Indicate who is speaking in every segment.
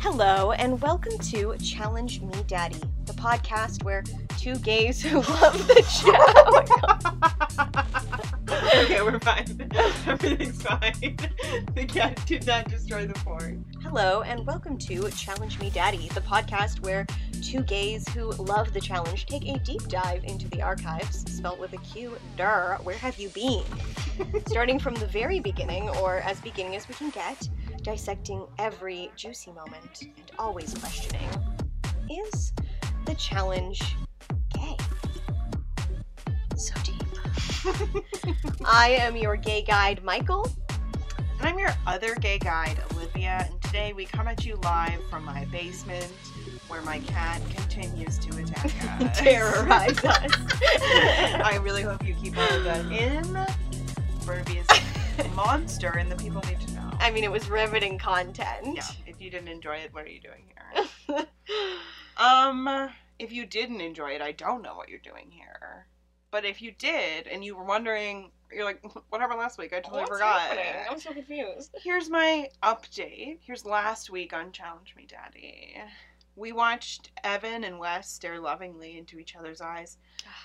Speaker 1: Hello, and welcome to Challenge Me Daddy, the podcast where two gays who love the show.
Speaker 2: okay, we're fine. Everything's fine. The cat did not destroy the fort.
Speaker 1: Hello, and welcome to Challenge Me Daddy, the podcast where two gays who love the challenge take a deep dive into the archives, spelt with a Q, der, where have you been? Starting from the very beginning, or as beginning as we can get, dissecting every juicy moment and always questioning is the challenge gay? So deep. I am your gay guide, Michael.
Speaker 2: And I'm your other gay guide, Olivia, and today we come at you live from my basement where my cat continues to attack us.
Speaker 1: Terrorize us.
Speaker 2: I really hope you keep all of that in. Burby is a monster, and the people need to know.
Speaker 1: I mean, it was riveting content.
Speaker 2: yeah, if you didn't enjoy it, what are you doing here? Um, if you didn't enjoy it, I don't know what you're doing here. But if you did, and you were wondering, you're like, what happened last week? I totally forgot.
Speaker 1: I'm so confused.
Speaker 2: Here's my update. Here's last week on Challenge Me Daddy. We watched Evan and Wes stare lovingly into each other's eyes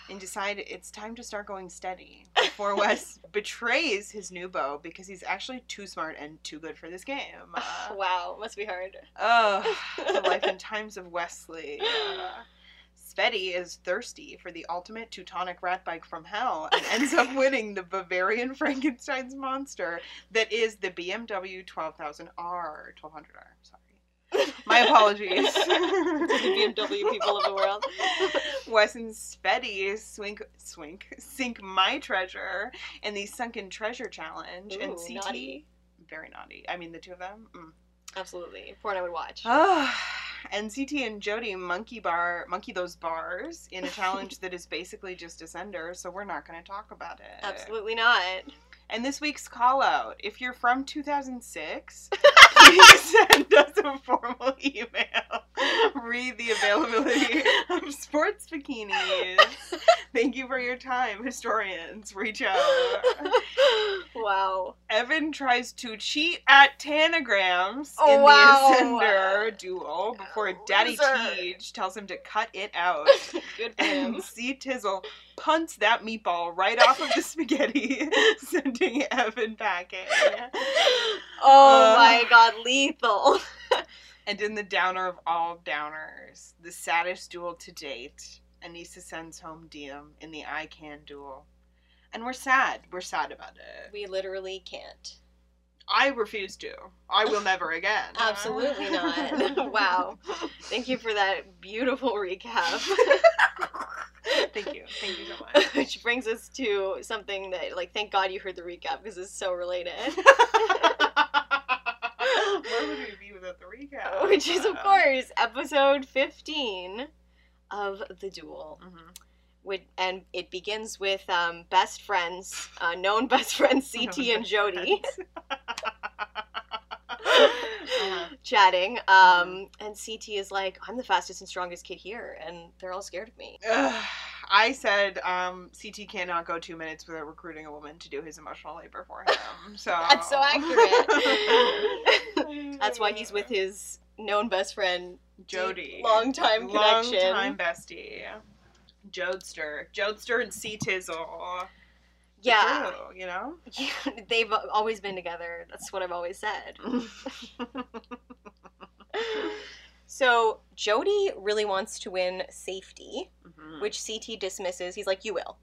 Speaker 2: and decide it's time to start going steady before Wes betrays his new beau because he's actually too smart and too good for this game. Uh,
Speaker 1: wow, must be hard.
Speaker 2: Oh, the life and times of Wesley. Uh, Spetty is thirsty for the ultimate Teutonic rat bike from hell and ends up winning the Bavarian Frankenstein's monster that is the BMW 12,000R, 1200R, sorry. My apologies.
Speaker 1: the BMW people of the world.
Speaker 2: Wes and Spetty swink, swink, sink my treasure in the Sunken Treasure Challenge and
Speaker 1: Ooh,
Speaker 2: CT.
Speaker 1: naughty.
Speaker 2: Very naughty. I mean, the two of them. Mm.
Speaker 1: Absolutely. Porn I would watch.
Speaker 2: Ah, NCT and Jody monkey bar monkey those bars in a challenge that is basically just a sender, so we're not going to talk about it.
Speaker 1: Absolutely not.
Speaker 2: And this week's call out: if you're from 2006, please send us a formal email. Read the availability of sports bikinis. Thank you for your time, historians. Reach
Speaker 1: Uh,
Speaker 2: out.
Speaker 1: wow.
Speaker 2: Evan tries to cheat at Tanagrams
Speaker 1: Oh,
Speaker 2: in
Speaker 1: wow. Oh,
Speaker 2: the Ascender duel before Daddy
Speaker 1: Loser.
Speaker 2: Teej tells him to cut it out.
Speaker 1: Good for him.
Speaker 2: And C. Tizzle punts that meatball right off of the spaghetti, sending Evan packing.
Speaker 1: Oh
Speaker 2: Uh,
Speaker 1: my god, lethal.
Speaker 2: And in the downer of all downers, the saddest duel to date, Anissa sends home Diem in the I Can duel. And we're sad. We're sad about it.
Speaker 1: We literally can't.
Speaker 2: I refuse to. I will never again.
Speaker 1: Absolutely not. Wow. Thank you for that beautiful recap.
Speaker 2: Thank you. Thank you so much.
Speaker 1: Which brings us to something that, like, thank God you heard the recap because it's so related.
Speaker 2: Where would we be without the recap?
Speaker 1: Which is, of course, episode 15 of The Duel.
Speaker 2: Mhm.
Speaker 1: With, and it begins with um, best friends, uh, known best friends CT
Speaker 2: Known
Speaker 1: and
Speaker 2: best
Speaker 1: Jody
Speaker 2: Uh-huh. Mm-hmm.
Speaker 1: chatting. Um, and CT is like, I'm the fastest and strongest kid here, and they're all scared of me.
Speaker 2: Ugh. I said um, CT cannot go two minutes without recruiting a woman to do his emotional labor for him. So
Speaker 1: That's so accurate. That's why he's with his known best friend,
Speaker 2: Jody.
Speaker 1: Long time connection.
Speaker 2: Long time bestie. Jodester. Jodester and C Tizzle.
Speaker 1: Yeah.
Speaker 2: True, you know?
Speaker 1: Yeah, They've always been together. That's what I've always said. So Jody really wants to win safety,
Speaker 2: Mhm.
Speaker 1: which CT dismisses. He's like, "You will."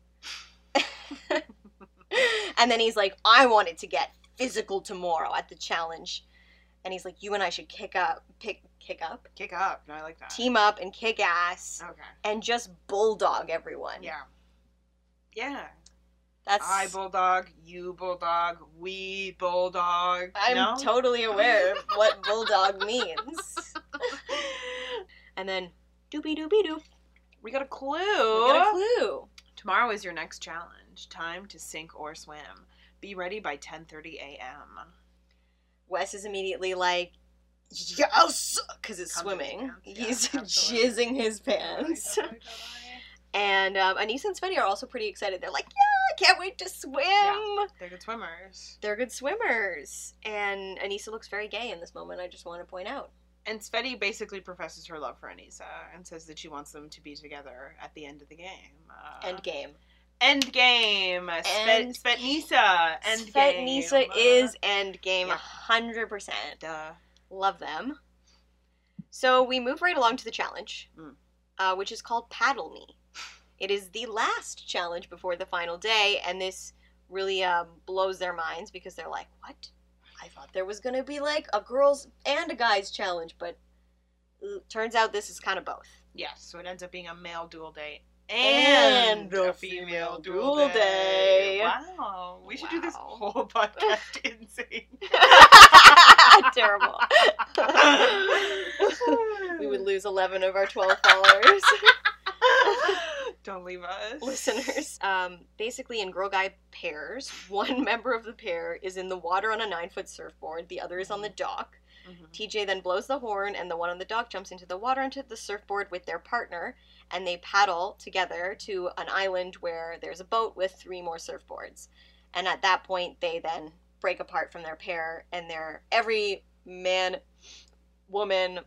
Speaker 1: and then he's like, "I wanted to get physical tomorrow at the challenge." And he's like, "You and I should kick up, pick kick up,
Speaker 2: Kick up. No, I like that.
Speaker 1: team up and kick ass
Speaker 2: Okay.
Speaker 1: and just bulldog everyone."
Speaker 2: Yeah. Yeah.
Speaker 1: That's
Speaker 2: I bulldog, you bulldog, we bulldog.
Speaker 1: I'm
Speaker 2: no?
Speaker 1: totally aware of what bulldog means. And then doobie doobie doo.
Speaker 2: we got a clue.
Speaker 1: We got a
Speaker 2: Oh.
Speaker 1: clue.
Speaker 2: Tomorrow is your next challenge. Time to sink or swim. Be ready by 10:30 a.m.
Speaker 1: Wes is immediately like, yes, because it's
Speaker 2: Comes in his
Speaker 1: swimming.
Speaker 2: pants, yeah,
Speaker 1: He's
Speaker 2: absolutely.
Speaker 1: jizzing his pants. And um, Anissa and Spetty are also pretty excited. They're like, yeah, I can't wait to swim.
Speaker 2: They're good swimmers.
Speaker 1: They're good swimmers. And Anissa looks very gay in this moment, I just want to point out.
Speaker 2: And Sveti basically professes her love for Anissa and says that she wants them to be together at the end of the game. Uh,
Speaker 1: End game.
Speaker 2: End game. Svet-
Speaker 1: End-
Speaker 2: Svetnisa. End game.
Speaker 1: Svetnisa is end game,
Speaker 2: Yeah.
Speaker 1: hundred percent.
Speaker 2: Duh.
Speaker 1: Love them. So we move right along to the challenge,
Speaker 2: Mm.
Speaker 1: uh, which is called Paddle Me. It is the last challenge before the final day, and this really um, blows their minds because they're like, "What? I thought there was gonna be like a girls and a guys challenge, but uh, turns out this is kind of both."
Speaker 2: Yeah, so it ends up being a male dual date and,
Speaker 1: And
Speaker 2: a
Speaker 1: a
Speaker 2: female
Speaker 1: female
Speaker 2: dual
Speaker 1: duel
Speaker 2: date.
Speaker 1: day.
Speaker 2: Wow. We should do this
Speaker 1: Wow.
Speaker 2: whole podcast in sync.
Speaker 1: Terrible. we would lose eleven of our twelve followers.
Speaker 2: Don't leave us.
Speaker 1: listeners. Um, basically, in girl guy pairs, one member of the pair is in the water on a nine foot surfboard, the other is on the dock.
Speaker 2: Mhm.
Speaker 1: TJ then blows the horn, and the one on the dock jumps into the water onto the surfboard with their partner, and they paddle together to an island where there's a boat with three more surfboards. And at that point, they then break apart from their pair, and they're every man, woman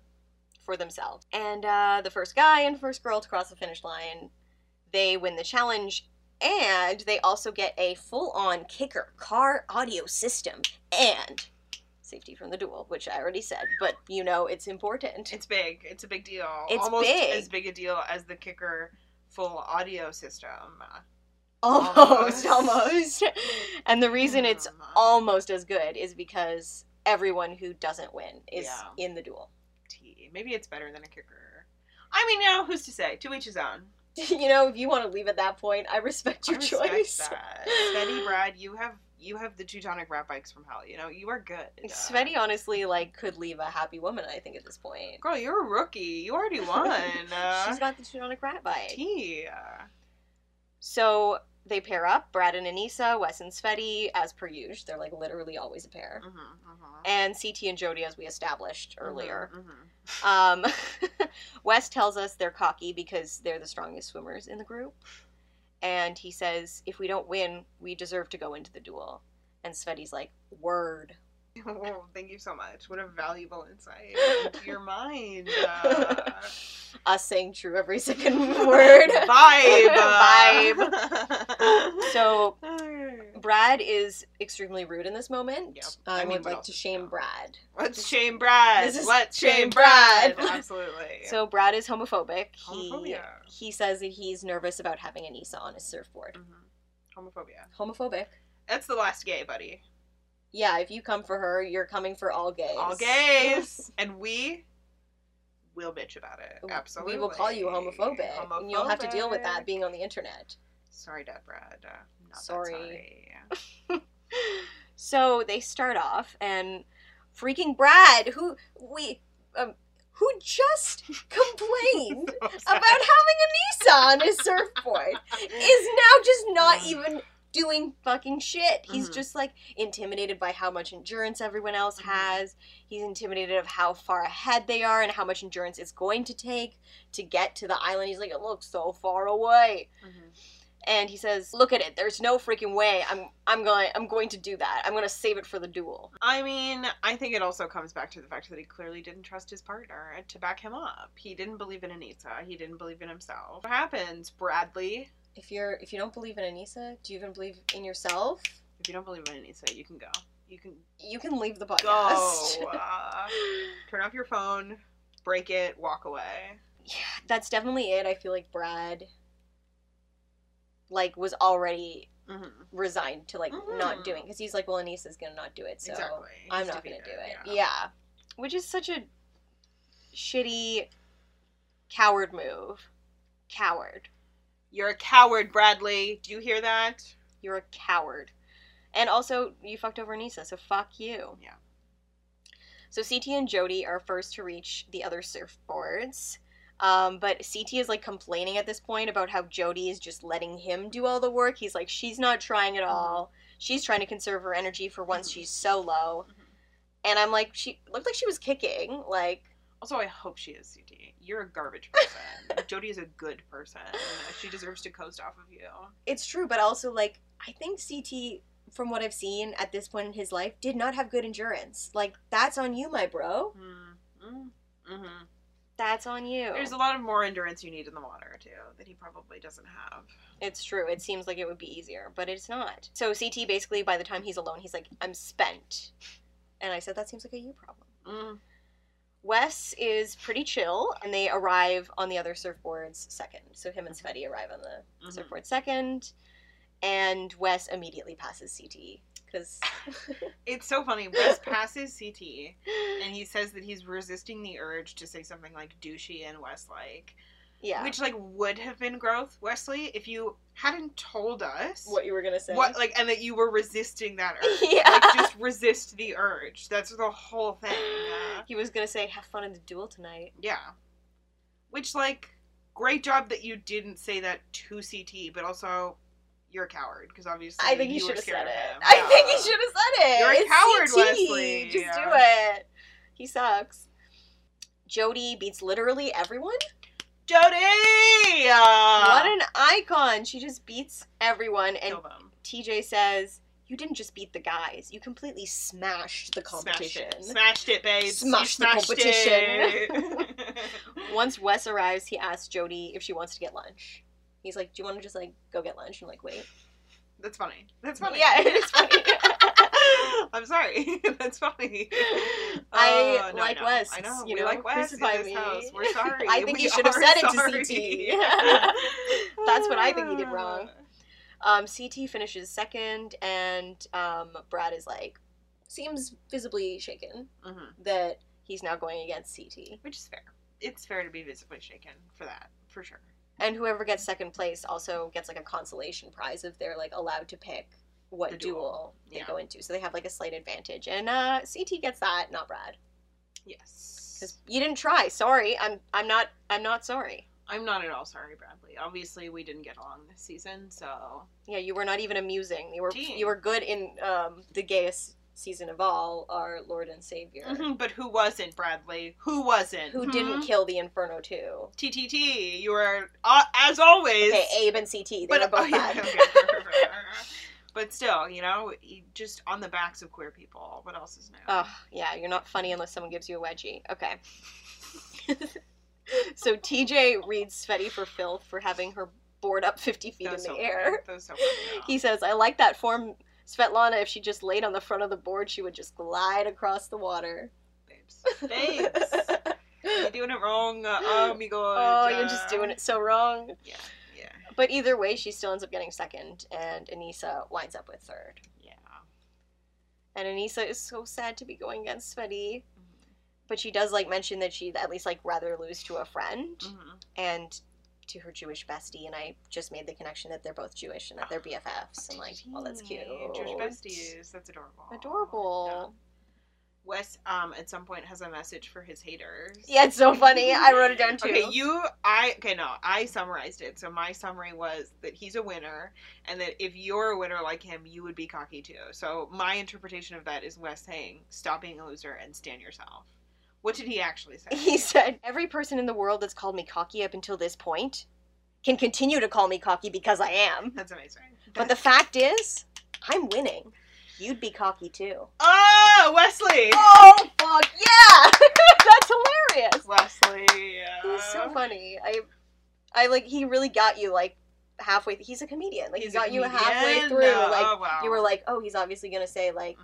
Speaker 1: for themselves. And uh, the first guy and first girl to cross the finish line, they win the challenge. And they also get a full on kicker car audio system and safety from the duel, which I already said, but you know, it's important.
Speaker 2: It's big. It's a big deal.
Speaker 1: It's
Speaker 2: Almost
Speaker 1: big.
Speaker 2: as big a deal as the kicker full audio system.
Speaker 1: Almost,
Speaker 2: almost.
Speaker 1: almost. And the reason it's
Speaker 2: Hmm.
Speaker 1: almost as good is because everyone who doesn't win is
Speaker 2: Yeah.
Speaker 1: in the duel.
Speaker 2: T. Maybe it's better than a kicker. I mean, now who's to say? To each his own.
Speaker 1: you know, if you want to leave at that point, I respect your
Speaker 2: I respect
Speaker 1: choice.
Speaker 2: that. Svetty, Brad, you have you have the Teutonic rat bikes from hell. You know you are good. uh,
Speaker 1: Svetty honestly like could leave a happy woman, I think, at this point.
Speaker 2: girl, you're a rookie. You already won. Uh,
Speaker 1: She's got the Teutonic rat bite.
Speaker 2: T. Uh,
Speaker 1: So they pair up, Brad and Anissa, Wes and Svetty, as per usual. They're like literally always a pair.
Speaker 2: mhm, mhm.
Speaker 1: And CT and Jody, as we established earlier.
Speaker 2: Mhm, mhm.
Speaker 1: Um, Wes tells us they're cocky because they're the strongest swimmers in the group. And he says, if we don't win, we deserve to go into the duel. And Svetty's like, word.
Speaker 2: Oh, thank you so much. What a valuable insight into your mind. Uh,
Speaker 1: Us saying true every second word.
Speaker 2: Vibe. Vibe.
Speaker 1: So Brad is extremely rude in this moment.
Speaker 2: Yep.
Speaker 1: I,
Speaker 2: I mean,
Speaker 1: would
Speaker 2: what
Speaker 1: like
Speaker 2: else
Speaker 1: to
Speaker 2: is
Speaker 1: shame
Speaker 2: new?
Speaker 1: Brad.
Speaker 2: Let's shame Brad.
Speaker 1: This is
Speaker 2: Let's shame
Speaker 1: shame
Speaker 2: Brad.
Speaker 1: Brad.
Speaker 2: Absolutely.
Speaker 1: So Brad is homophobic. He
Speaker 2: Homophobia.
Speaker 1: he says that he's nervous about having Anissa on his surfboard.
Speaker 2: Mhm. homophobia.
Speaker 1: Homophobic.
Speaker 2: That's the last gay, buddy.
Speaker 1: Yeah, if you come for her, you're coming for all gays.
Speaker 2: All gays, and we will bitch about it.
Speaker 1: We-
Speaker 2: Absolutely.
Speaker 1: We will call you homophobic, and you'll have to deal with that
Speaker 2: Homophobic.
Speaker 1: being on the internet.
Speaker 2: Sorry, Dad, Brad. Uh, not that
Speaker 1: Sorry.
Speaker 2: sorry.
Speaker 1: So they start off, and freaking Brad, who we, um, who just complained about having Anissa on his surfboard, is now just not even doing fucking shit. He's
Speaker 2: Mhm.
Speaker 1: just like intimidated by how much endurance everyone else
Speaker 2: Mhm.
Speaker 1: has. He's intimidated of how far ahead they are and how much endurance it's going to take to get to the island. He's like, it looks so far away.
Speaker 2: Mhm.
Speaker 1: and he says, "Look at it. There's no freaking way. I'm I'm going I'm going to do that. I'm going to save it for the duel."
Speaker 2: I mean, I think it also comes back to the fact that he clearly didn't trust his partner to back him up. He didn't believe in Anita. He didn't believe in himself. What happens, Bradley?
Speaker 1: If you're if you don't believe in Anissa, do you even believe in yourself?
Speaker 2: If you don't believe in Anita, you can go. You can
Speaker 1: You can leave the
Speaker 2: go.
Speaker 1: podcast.
Speaker 2: Uh, turn off your phone, break it, walk away.
Speaker 1: yeah, that's definitely it. I feel like Brad like was already
Speaker 2: Mm-hmm.
Speaker 1: resigned to like
Speaker 2: Mhm.
Speaker 1: not doing cuz he's like, "Well, Anissa's going to not do it, so
Speaker 2: exactly.
Speaker 1: I'm
Speaker 2: He's
Speaker 1: not going to do
Speaker 2: defeated,
Speaker 1: it." Yeah. Which is such a shitty coward move. Coward.
Speaker 2: You're a coward, Bradley. Do you hear that?
Speaker 1: You're a coward. And also, you fucked over Nisa, so fuck you.
Speaker 2: Yeah.
Speaker 1: So CT and Jody are first to reach the other surfboards. Um, but CT is like complaining at this point about how Jody is just letting him do all the work. He's like, she's not trying at all. She's trying to conserve her energy for once
Speaker 2: Mhm.
Speaker 1: she's so low. And I'm like, she looked like she was kicking. Like,
Speaker 2: Also, I hope she is CD. You're a garbage person. Jody is a good person. She deserves to coast off of you.
Speaker 1: it's true, but also like I think CT, from what I've seen at this point in his life, did not have good endurance. Like, that's on you, my bro.
Speaker 2: Mm, mm,
Speaker 1: That's on you.
Speaker 2: There's a lot of more endurance you need in the water too that he probably doesn't have.
Speaker 1: It's true. It seems like it would be easier, but it's not. So CT basically, by the time he's alone, he's like, I'm spent. And I said, that seems like a you problem.
Speaker 2: Mm.
Speaker 1: Wes is pretty chill, and they arrive on the other surfboards second. So him and Sveti arrive on the
Speaker 2: Mhm.
Speaker 1: surfboard second, and Wes immediately passes CT because
Speaker 2: It's so funny. Wes passes CT and he says that he's resisting the urge to say something like douchey and Westlake,
Speaker 1: yeah,
Speaker 2: which like would have been growth, Wesley, if you hadn't told us
Speaker 1: what you were gonna say.
Speaker 2: what like and that you were resisting that urge.
Speaker 1: Yeah.
Speaker 2: Like just resist the urge. That's the whole
Speaker 1: oh
Speaker 2: thing. Yeah.
Speaker 1: He was gonna say, "Have fun in the duel tonight."
Speaker 2: Yeah. Which, like, great job that you didn't say that to CT, but also you're a coward because obviously
Speaker 1: I think he
Speaker 2: you were
Speaker 1: should have
Speaker 2: scared
Speaker 1: said
Speaker 2: of
Speaker 1: it.
Speaker 2: him.
Speaker 1: I think
Speaker 2: Yeah.
Speaker 1: he should have said it.
Speaker 2: You're a
Speaker 1: It's
Speaker 2: coward,
Speaker 1: CT.
Speaker 2: Wesley.
Speaker 1: Just do it. He sucks. Jody beats literally everyone.
Speaker 2: Jody, uh,
Speaker 1: what an icon! She just beats everyone, and
Speaker 2: kill them.
Speaker 1: TJ says, "You didn't just beat the guys; you completely smashed the competition."
Speaker 2: Smashed it, smashed it babe. You
Speaker 1: Smash the
Speaker 2: smashed
Speaker 1: competition.
Speaker 2: it.
Speaker 1: Once Wes arrives, he asks Jody if she wants to get lunch. He's like, "Do you want to just like go get lunch?" And like, wait,
Speaker 2: That's funny. That's funny.
Speaker 1: Yeah, it is funny.
Speaker 2: I'm sorry. That's funny.
Speaker 1: I
Speaker 2: Oh, no,
Speaker 1: like
Speaker 2: I know.
Speaker 1: Wes.
Speaker 2: I know.
Speaker 1: You
Speaker 2: we
Speaker 1: know,
Speaker 2: like Wes in
Speaker 1: crucify
Speaker 2: this
Speaker 1: me.
Speaker 2: house. We're sorry.
Speaker 1: I think
Speaker 2: we
Speaker 1: you should have
Speaker 2: are
Speaker 1: said it to
Speaker 2: sorry. Uh,
Speaker 1: CT. That's what I think he did wrong. um, CT finishes second, and um, Brad is like, seems visibly shaken
Speaker 2: Mhm.
Speaker 1: that he's now going against CT,
Speaker 2: Which is fair. It's fair to be visibly shaken for that, for sure.
Speaker 1: and whoever gets second place also gets like a consolation prize if they're like allowed to pick what
Speaker 2: The
Speaker 1: duel.
Speaker 2: duel.
Speaker 1: they
Speaker 2: Yeah.
Speaker 1: go into, so they have like a slight advantage, and uh, CT gets that, not Brad. Because
Speaker 2: Yes.
Speaker 1: you didn't try. Sorry, I'm I'm not I'm not sorry.
Speaker 2: I'm not at all sorry, Bradley. Obviously, we didn't get along this season, so
Speaker 1: Yeah, you were not even amusing. You were
Speaker 2: Gee.
Speaker 1: you were good in um, the gayest season of all, our Lord and Savior,
Speaker 2: Mhm, but who wasn't Bradley? Who wasn't? Hmm?
Speaker 1: who didn't kill the Inferno too.
Speaker 2: TTT, you were uh, as always.
Speaker 1: Okay, Abe and CT, they were
Speaker 2: oh,
Speaker 1: both
Speaker 2: yeah,
Speaker 1: bad.
Speaker 2: okay. but still, you know, you- just on the backs of queer people. What else is new?
Speaker 1: Ugh, yeah, you're not funny unless someone gives you a wedgie. Okay. so TJ reads Sveti for filth for having her board up 50 feet
Speaker 2: That was
Speaker 1: in
Speaker 2: so
Speaker 1: the
Speaker 2: funny.
Speaker 1: air.
Speaker 2: That was so funny, yeah.
Speaker 1: He says, I like that form, Svetlana. If she just laid on the front of the board, she would just glide across the water.
Speaker 2: babes, babes, you're doing it wrong. Uh, oh my god.
Speaker 1: Oh, you're just doing it so wrong.
Speaker 2: Yeah, yeah,
Speaker 1: But either way, she still ends up getting second, and Anissa winds up with third.
Speaker 2: yeah.
Speaker 1: And Anissa is so sad to be going against Sveti. But she does like mention that she'd at least like rather lose to a friend
Speaker 2: Mhm.
Speaker 1: and to her Jewish bestie. And I just made the connection that they're both Jewish and that they're BFFs. And like, well, that's cute.
Speaker 2: Ah, Jewish besties. That's adorable.
Speaker 1: Adorable.
Speaker 2: Yeah. Wes, um, at some point has a message for his haters.
Speaker 1: Yeah, it's so funny. I wrote it down too.
Speaker 2: Okay, you, I, okay, no, I summarized it. So my summary was that he's a winner, and that if you're a winner like him, you would be cocky too. So my interpretation of that is Wes saying, "Stop being a loser and stand yourself." What did he actually say?
Speaker 1: He said, Every person in the world that's called me cocky up until this point can continue to call me cocky because I am.
Speaker 2: "That's amazing."
Speaker 1: But the fact is, I'm winning. You'd be cocky too.
Speaker 2: oh, Wesley,
Speaker 1: Oh, fuck, yeah! that's hilarious!
Speaker 2: Wesley, uh,
Speaker 1: He's so funny. I, I like, he really got you, like, halfway. He's a comedian. Like,
Speaker 2: he's
Speaker 1: he got
Speaker 2: a
Speaker 1: you halfway
Speaker 2: comedian.
Speaker 1: through.
Speaker 2: Oh,
Speaker 1: like,
Speaker 2: wow.
Speaker 1: you were like, oh, he's obviously gonna say, like,
Speaker 2: Mhm.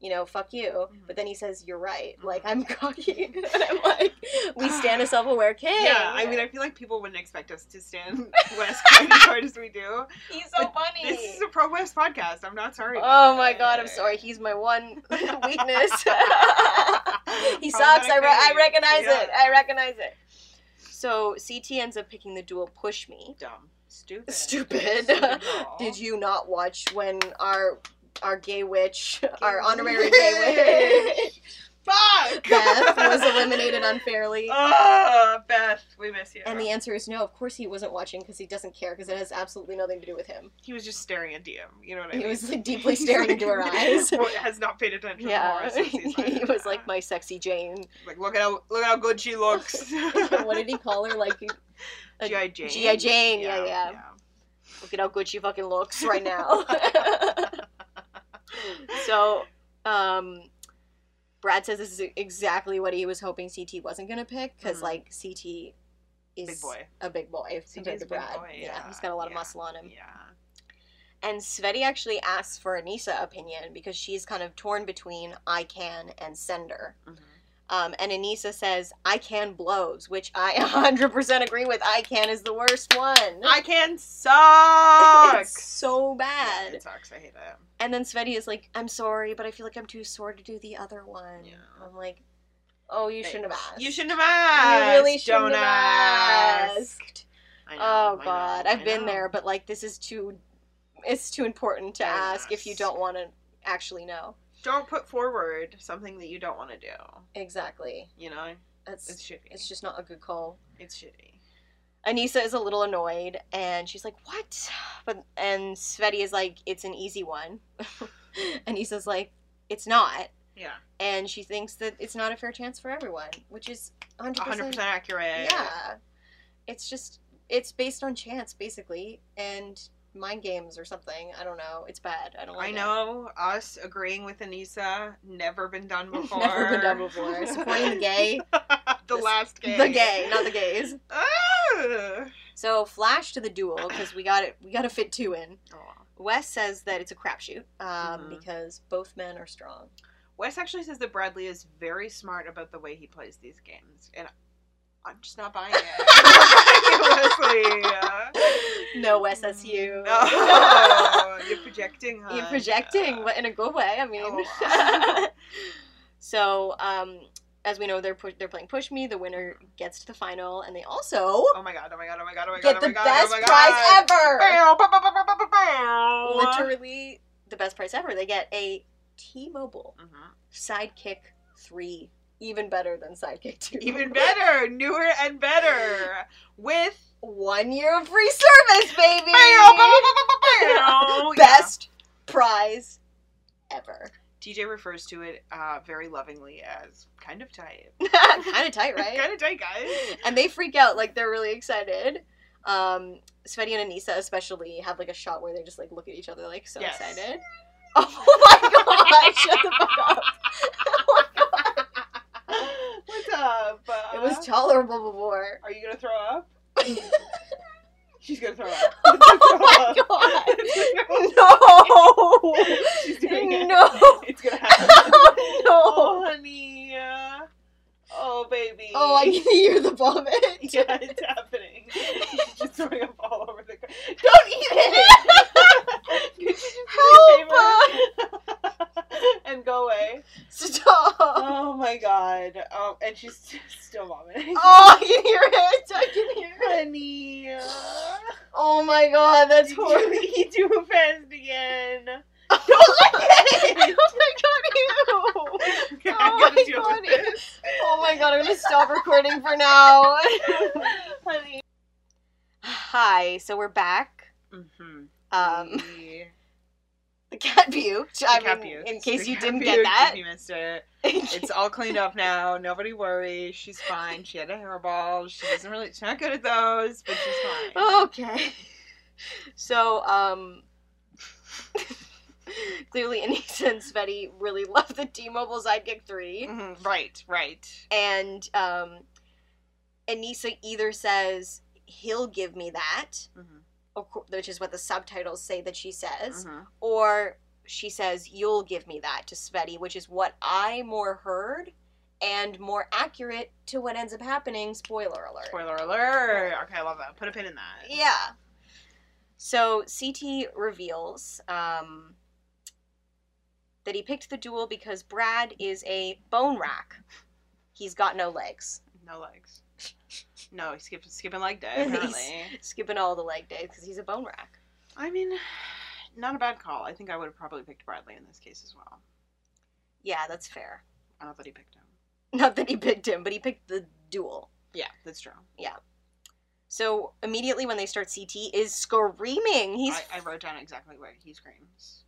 Speaker 1: you know, fuck you.
Speaker 2: Mhm.
Speaker 1: But then he says, you're right. Like,
Speaker 2: Mhm.
Speaker 1: I'm cocky. and I'm like, we stand a self aware kid.
Speaker 2: Yeah, I mean, I feel like people wouldn't expect us to stand West quite as hard as we do.
Speaker 1: He's so
Speaker 2: But
Speaker 1: funny.
Speaker 2: This is a pro West podcast. I'm not sorry. about
Speaker 1: oh my god, I'm
Speaker 2: it.
Speaker 1: sorry. He's my one weakness. he
Speaker 2: Problematic
Speaker 1: sucks. I, re- I
Speaker 2: behavior.
Speaker 1: recognize it.
Speaker 2: Yeah.
Speaker 1: I recognize it. So CT ends up picking the duel push me.
Speaker 2: Dumb. Stupid.
Speaker 1: Stupid. Did you not watch when our our gay witch, our honorary gay witch,
Speaker 2: Fuck!
Speaker 1: Beth was eliminated unfairly?
Speaker 2: Oh, Beth, we miss you.
Speaker 1: And the answer is no. Of course he wasn't watching because he doesn't care because it has absolutely nothing to do with him.
Speaker 2: he was just staring into you. You know what I
Speaker 1: He
Speaker 2: mean?
Speaker 1: was, like, deeply staring into her eyes.
Speaker 2: What- has not paid attention.
Speaker 1: Yeah,
Speaker 2: more since he's "Ah."
Speaker 1: he was like my sexy Jane.
Speaker 2: like look at how look how good she looks.
Speaker 1: what did he call her? Like a-
Speaker 2: GI Jane.
Speaker 1: G.I. Jane, yeah, yeah. look at how good she fucking looks right now. so, um, Brad says this is exactly what he was hoping CT wasn't going to pick because,
Speaker 2: Mhm.
Speaker 1: like, CT is
Speaker 2: Big boy.
Speaker 1: a big boy compared
Speaker 2: CT's
Speaker 1: to
Speaker 2: a big
Speaker 1: Brad.
Speaker 2: boy,
Speaker 1: yeah,
Speaker 2: yeah,
Speaker 1: he's got a lot of
Speaker 2: yeah,
Speaker 1: muscle on him.
Speaker 2: Yeah.
Speaker 1: And Sveti actually asks for Anissa opinion because she's kind of torn between I can and sender.
Speaker 2: Mm-hmm.
Speaker 1: Um, and Anissa says I can blows, which I 100% agree with. I can is the worst one.
Speaker 2: I can suck.
Speaker 1: it's so
Speaker 2: Yeah,
Speaker 1: bad.
Speaker 2: it sucks. I hate it.
Speaker 1: And then Sveti is like, I'm sorry, but I feel like I'm too sore to do the other one.
Speaker 2: Yeah.
Speaker 1: I'm like, oh, you shouldn't have asked.
Speaker 2: You shouldn't have asked.
Speaker 1: You really shouldn't
Speaker 2: Don't
Speaker 1: have
Speaker 2: ask.
Speaker 1: asked.
Speaker 2: I know,
Speaker 1: Oh
Speaker 2: I
Speaker 1: God,
Speaker 2: know,
Speaker 1: I've
Speaker 2: I
Speaker 1: been
Speaker 2: know.
Speaker 1: there, but like this is too, it's too important to
Speaker 2: I
Speaker 1: ask if you
Speaker 2: ask.
Speaker 1: don't want to actually know.
Speaker 2: Don't put forward something that you don't want to do.
Speaker 1: Exactly.
Speaker 2: You know,
Speaker 1: That's
Speaker 2: it's
Speaker 1: it's,
Speaker 2: shitty.
Speaker 1: just not a good call.
Speaker 2: It's shitty.
Speaker 1: Anissa is a little annoyed, and she's like, "What?" But and Sveti is like, "It's an easy one." Anissa's like, "It's not,"
Speaker 2: Yeah,
Speaker 1: and she thinks that it's not a fair chance for everyone, which is 100%.
Speaker 2: 100 percent accurate.
Speaker 1: Yeah. It's just it's based on chance basically and mind games or something. I don't know. It's bad. I don't like
Speaker 2: I
Speaker 1: it.
Speaker 2: know us agreeing with Anissa never been done before.
Speaker 1: Never been done before. Supporting the gay.
Speaker 2: the last gay.
Speaker 1: The gay, not the gays.
Speaker 2: Ah!
Speaker 1: So flash to the duel because we got it. We got to fit two in.
Speaker 2: Oh.
Speaker 1: Wes says that it's a crapshoot um,
Speaker 2: Mhm.
Speaker 1: because both men are strong.
Speaker 2: Wes actually says that Bradley is very smart about the way he plays these games, and I'm just not buying it. I'm not buying it, Wesley.
Speaker 1: No, Wes, that's you.
Speaker 2: Mm, No, Oh, you're projecting. Huh?
Speaker 1: You're projecting, but in a good way. I mean.
Speaker 2: Oh,
Speaker 1: so, um, as we know, they're pu- they're playing push me. The winner gets to the final, and they also
Speaker 2: Oh my god! Oh my god! Oh my god! Oh my god!
Speaker 1: get
Speaker 2: oh
Speaker 1: the
Speaker 2: my god,
Speaker 1: best
Speaker 2: oh my
Speaker 1: prize
Speaker 2: god.
Speaker 1: ever.
Speaker 2: Bow, bow, bow, bow, bow, bow, bow.
Speaker 1: Literally the best price ever. They get a T-Mobile
Speaker 2: Mhm.
Speaker 1: Sidekick Three, even better than Sidekick Two.
Speaker 2: Even better, newer and better. With
Speaker 1: One year of free service, baby.
Speaker 2: Bow, bow, bow, bow, bow, bow. Oh, Yeah.
Speaker 1: best prize ever.
Speaker 2: TJ refers to it uh, very lovingly as kind of tight.
Speaker 1: kind of tight, right?
Speaker 2: kind of tight, guys.
Speaker 1: and they freak out like they're really excited. Um, Sveti and Anissa especially have like a shot where they just like look at each other like so
Speaker 2: Yes.
Speaker 1: excited. Oh my god! Shut the fuck up.
Speaker 2: What's up? Uh,
Speaker 1: It was tolerable before.
Speaker 2: Are you gonna throw up? She's gonna throw up.
Speaker 1: Oh my god!
Speaker 2: She's doing it.
Speaker 1: No.
Speaker 2: It's gonna happen.
Speaker 1: No,
Speaker 2: Oh,
Speaker 1: no.
Speaker 2: honey. Oh, baby.
Speaker 1: Oh, I can hear the vomit.
Speaker 2: Yeah, it's happening. She's just throwing up all over the. Could
Speaker 1: Don't eat it.
Speaker 2: you just do me
Speaker 1: Help uh.
Speaker 2: a favor? and go away.
Speaker 1: Stop.
Speaker 2: Oh my god. Um, and she's still vomiting.
Speaker 1: Oh, I can hear it. I can hear it.
Speaker 2: honey.
Speaker 1: Oh my god, that's
Speaker 2: You
Speaker 1: horrible.
Speaker 2: do- You do fast again.
Speaker 1: Don't look at it. Oh my god, ew.
Speaker 2: Okay, I
Speaker 1: Oh
Speaker 2: gotta
Speaker 1: my
Speaker 2: deal
Speaker 1: God.
Speaker 2: with this.
Speaker 1: Oh my god, I'm gonna stop recording for now.
Speaker 2: honey.
Speaker 1: Hi, so we're back.
Speaker 2: Mm-hmm.
Speaker 1: Um, the cat puked. I mean, in case you didn't get that,
Speaker 2: you missed it.
Speaker 1: it's
Speaker 2: It's all cleaned up now. Nobody worry. She's fine. She had a hairball. She doesn't really. She's not good at those, but she's fine.
Speaker 1: Oh. okay. So, um, clearly, Anissa and Sveti really love the T-Mobile Sidekick Three,
Speaker 2: Mhm, Right, right.
Speaker 1: and um, Anissa either says he'll give me that,
Speaker 2: Mhm,
Speaker 1: of cour- which is what the subtitles say that she says,
Speaker 2: mhm.
Speaker 1: or she says you'll give me that to Sveti, which is what I more heard and more accurate to what ends up happening. Spoiler alert.
Speaker 2: Spoiler alert. Okay, I love that. Put a pin in that.
Speaker 1: Yeah. So CT reveals um, that he picked the duel because Brad is a bone rack. He's got no legs.
Speaker 2: No legs. No, he's skip, skipping leg day, apparently.
Speaker 1: Skipping all the leg days because he's a bone rack.
Speaker 2: I mean, not a bad call. I think I would have probably picked Bradley in this case as well.
Speaker 1: Yeah, that's fair.
Speaker 2: I don't that he picked him.
Speaker 1: Not that he picked him, but he picked the duel.
Speaker 2: Yeah, that's true.
Speaker 1: So immediately when they start, CT is screaming. He's
Speaker 2: I, I wrote down exactly what he screams.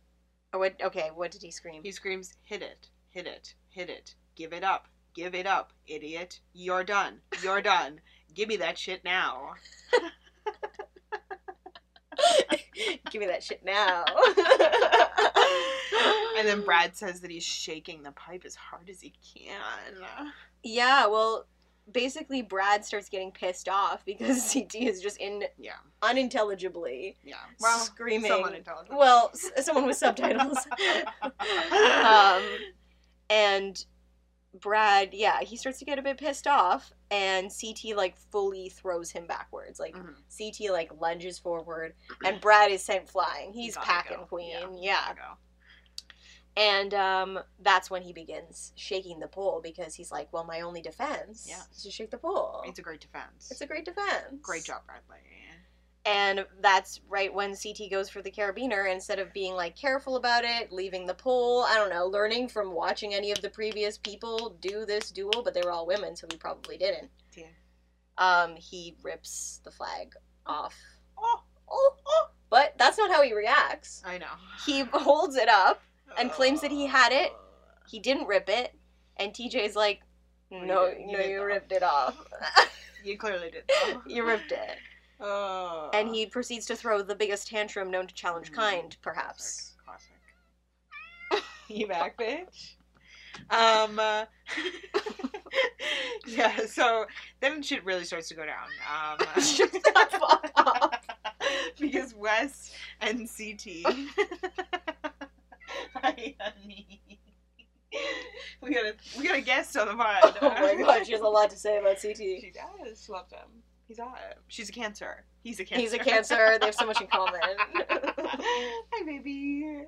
Speaker 1: oh, what, okay. What did he scream?
Speaker 2: He screams, hit it, hit it, hit it, give it up, give it up, idiot. You're done, you're done. Give me that shit now.
Speaker 1: Give me that shit now.
Speaker 2: And then Brad says that he's shaking the pipe as hard as he can.
Speaker 1: Yeah, well, basically Brad starts getting pissed off because CT is just in
Speaker 2: Yeah,
Speaker 1: unintelligibly
Speaker 2: yeah. Well,
Speaker 1: screaming.
Speaker 2: someone intelligent.
Speaker 1: well, s- someone with subtitles.
Speaker 2: Uh-huh.
Speaker 1: um, and Brad, yeah, he starts to get a bit pissed off, and CT like fully throws him backwards. Like
Speaker 2: Mhm.
Speaker 1: CT like lunges forward, and Brad is sent flying. He's
Speaker 2: Gotta
Speaker 1: packing
Speaker 2: go.
Speaker 1: queen,
Speaker 2: Yeah.
Speaker 1: yeah.
Speaker 2: There you go.
Speaker 1: And um, that's when he begins shaking the pole because he's like, well, my only defense
Speaker 2: Yeah.
Speaker 1: is to shake the pole.
Speaker 2: It's a great defense.
Speaker 1: It's a great defense.
Speaker 2: great job, Bradley.
Speaker 1: And that's right when CT goes for the carabiner instead of being like careful about it, leaving the pole. I don't know, learning from watching any of the previous people do this duel, but they were all women, so we probably didn't.
Speaker 2: Yeah.
Speaker 1: Um, he rips the flag off.
Speaker 2: Oh,
Speaker 1: Oh, oh. But that's not how he reacts.
Speaker 2: I know.
Speaker 1: He holds it up. and claims that he had it. He didn't rip it, and TJ's like,
Speaker 2: Oh, you
Speaker 1: "No,
Speaker 2: did- you
Speaker 1: no,
Speaker 2: did
Speaker 1: you
Speaker 2: though."
Speaker 1: ripped it off.
Speaker 2: You clearly did. though.
Speaker 1: you ripped it."
Speaker 2: Oh.
Speaker 1: And he proceeds to throw the biggest tantrum known to challenge
Speaker 2: Mhm.
Speaker 1: kind, perhaps.
Speaker 2: Classic. classic. you back, bitch. Um. uh, yeah. So then shit really starts to go down. Um,
Speaker 1: Shut the fuck up.
Speaker 2: because Wes and CT. Hi, honey. We got a we got a guest on the pod.
Speaker 1: Oh my god, she has a lot to say about CT.
Speaker 2: She does. She loves him. He's hot. She's a cancer. He's a cancer.
Speaker 1: He's a cancer. They have so much in common.
Speaker 2: Hi, baby.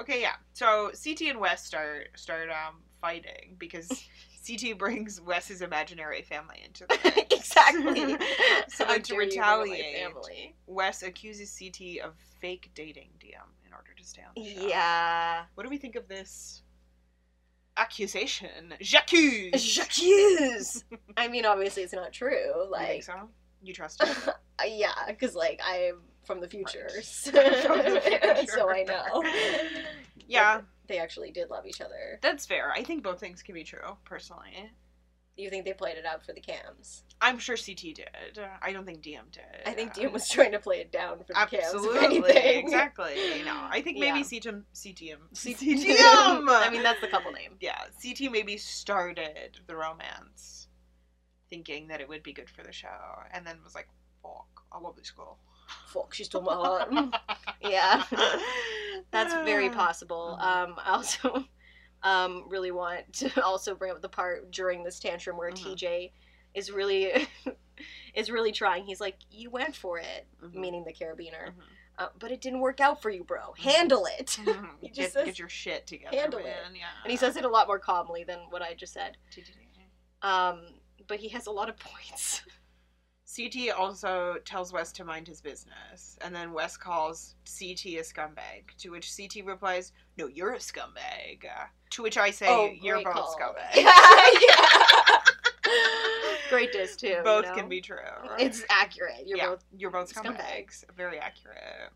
Speaker 2: Okay, yeah. So CT and Wes start start um fighting because CT brings Wes's imaginary family into the mix.
Speaker 1: exactly.
Speaker 2: So
Speaker 1: How
Speaker 2: to
Speaker 1: dare you bring up my
Speaker 2: retaliate.
Speaker 1: family.
Speaker 2: Wes accuses CT of fake dating DM in order to stay on the show.
Speaker 1: Yeah.
Speaker 2: What do we think of this accusation? J'accuse.
Speaker 1: J'accuse. I mean, obviously, it's not true.
Speaker 2: You
Speaker 1: Like,
Speaker 2: think so? You trust him?
Speaker 1: Uh, yeah, because like I'm from the future,
Speaker 2: Right.
Speaker 1: so,
Speaker 2: From the
Speaker 1: so I
Speaker 2: future.
Speaker 1: know.
Speaker 2: yeah,
Speaker 1: Like, they actually did love each other.
Speaker 2: that's fair. I think both things can be true, personally.
Speaker 1: You think they played it out for the cams?
Speaker 2: I'm sure CT did. I don't think DM did.
Speaker 1: I think Dean was trying to play it down for the
Speaker 2: absolutely
Speaker 1: cams. If anything.
Speaker 2: exactly. No, I think maybe
Speaker 1: Yeah.
Speaker 2: CTM CTM CTM.
Speaker 1: I mean, that's the couple name.
Speaker 2: yeah, CT maybe started the romance, thinking that it would be good for the show, and then was like, "Fuck, I love this girl."
Speaker 1: Fuck, she's stole my heart. Mm. yeah, that's very possible.
Speaker 2: Mhm.
Speaker 1: Um, I also um, really want to also bring up the part during this tantrum where
Speaker 2: Mhm.
Speaker 1: TJ is really is really trying. He's like, "You went for it,"
Speaker 2: Mhm.
Speaker 1: meaning the carabiner.
Speaker 2: Mhm.
Speaker 1: Uh, but it didn't work out for you, bro.
Speaker 2: Mm-hmm.
Speaker 1: Handle it.
Speaker 2: Mhm.
Speaker 1: He
Speaker 2: get,
Speaker 1: just says,
Speaker 2: get your shit together,
Speaker 1: "Handle it."
Speaker 2: man. Yeah,
Speaker 1: And he says it a lot more calmly than what I just said. Um, but he has a lot of points.
Speaker 2: CT also tells Wes to mind his business, and then Wes calls CT a scumbag. To which CT replies, "No, you're a scumbag." To which I say, "You're
Speaker 1: great
Speaker 2: both
Speaker 1: call.
Speaker 2: scumbags."
Speaker 1: Oh, Yeah, yeah. great diss too.
Speaker 2: both
Speaker 1: you know?
Speaker 2: can be true.
Speaker 1: It's accurate. You're
Speaker 2: yeah,
Speaker 1: both.
Speaker 2: you're both
Speaker 1: scumbags.
Speaker 2: scumbags. Very accurate.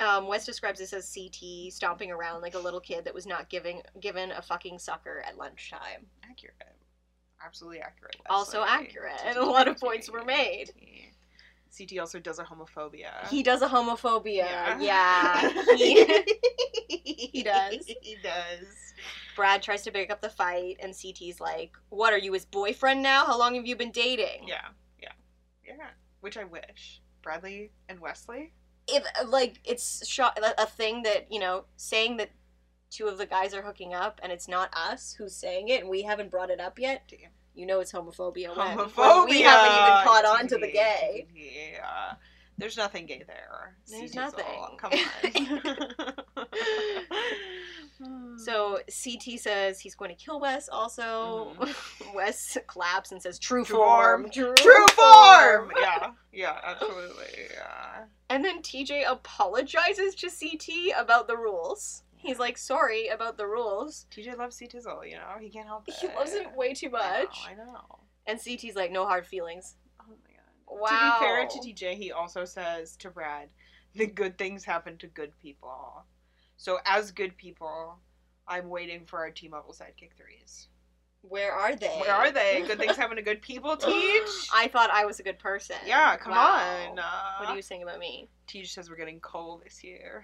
Speaker 1: Um, Wes describes this as CT stomping around like a little kid that was not giving given a fucking sucker at lunchtime.
Speaker 2: Accurate. Absolutely accurate.
Speaker 1: Also
Speaker 2: Leslie.
Speaker 1: accurate.
Speaker 2: CT,
Speaker 1: And a lot of points were made.
Speaker 2: CT also does a homophobia.
Speaker 1: He does a homophobia. Yeah.
Speaker 2: Yeah.
Speaker 1: He-
Speaker 2: he
Speaker 1: does.
Speaker 2: He does.
Speaker 1: Brad tries to pick up the fight, and CT's like, "What are you, his boyfriend now? How long have you been dating?"
Speaker 2: Yeah, yeah, yeah. Which I wish Bradley and Wesley.
Speaker 1: If like it's shot a a thing that you know, saying that two of the guys are hooking up, and it's not us who's saying it, and we haven't brought it up yet.
Speaker 2: Damn.
Speaker 1: You know, it's homophobia. when-
Speaker 2: Homophobia.
Speaker 1: when we haven't even caught on to the gay.
Speaker 2: Yeah. There's nothing gay there.
Speaker 1: There's
Speaker 2: See, Diesel,
Speaker 1: nothing.
Speaker 2: Come on.
Speaker 1: So CT says he's going to kill Wes. Also, Wes claps and says, "True,
Speaker 2: Mm-hmm. True
Speaker 1: form,
Speaker 2: form. true form. yeah. Yeah. Absolutely. Yeah.
Speaker 1: And then TJ apologizes to CT about the rules. He's like, sorry about the rules.
Speaker 2: TJ loves C Tizzle. You know he can't help it.
Speaker 1: He loves it way too much.
Speaker 2: Uh, I know. I know.
Speaker 1: And CT's like, no hard feelings.
Speaker 2: Oh my god.
Speaker 1: Wow.
Speaker 2: To be fair to TJ, he also says to Brad, "The good things happen to good people." So as good people, I'm waiting for our team level sidekick threes.
Speaker 1: Where are they?
Speaker 2: Where are they? Good things happen to good people. Teach.
Speaker 1: I thought I was a good person.
Speaker 2: yeah, come
Speaker 1: Wow.
Speaker 2: on. Uh,
Speaker 1: What are you saying about me?
Speaker 2: Teach says we're getting coal this year.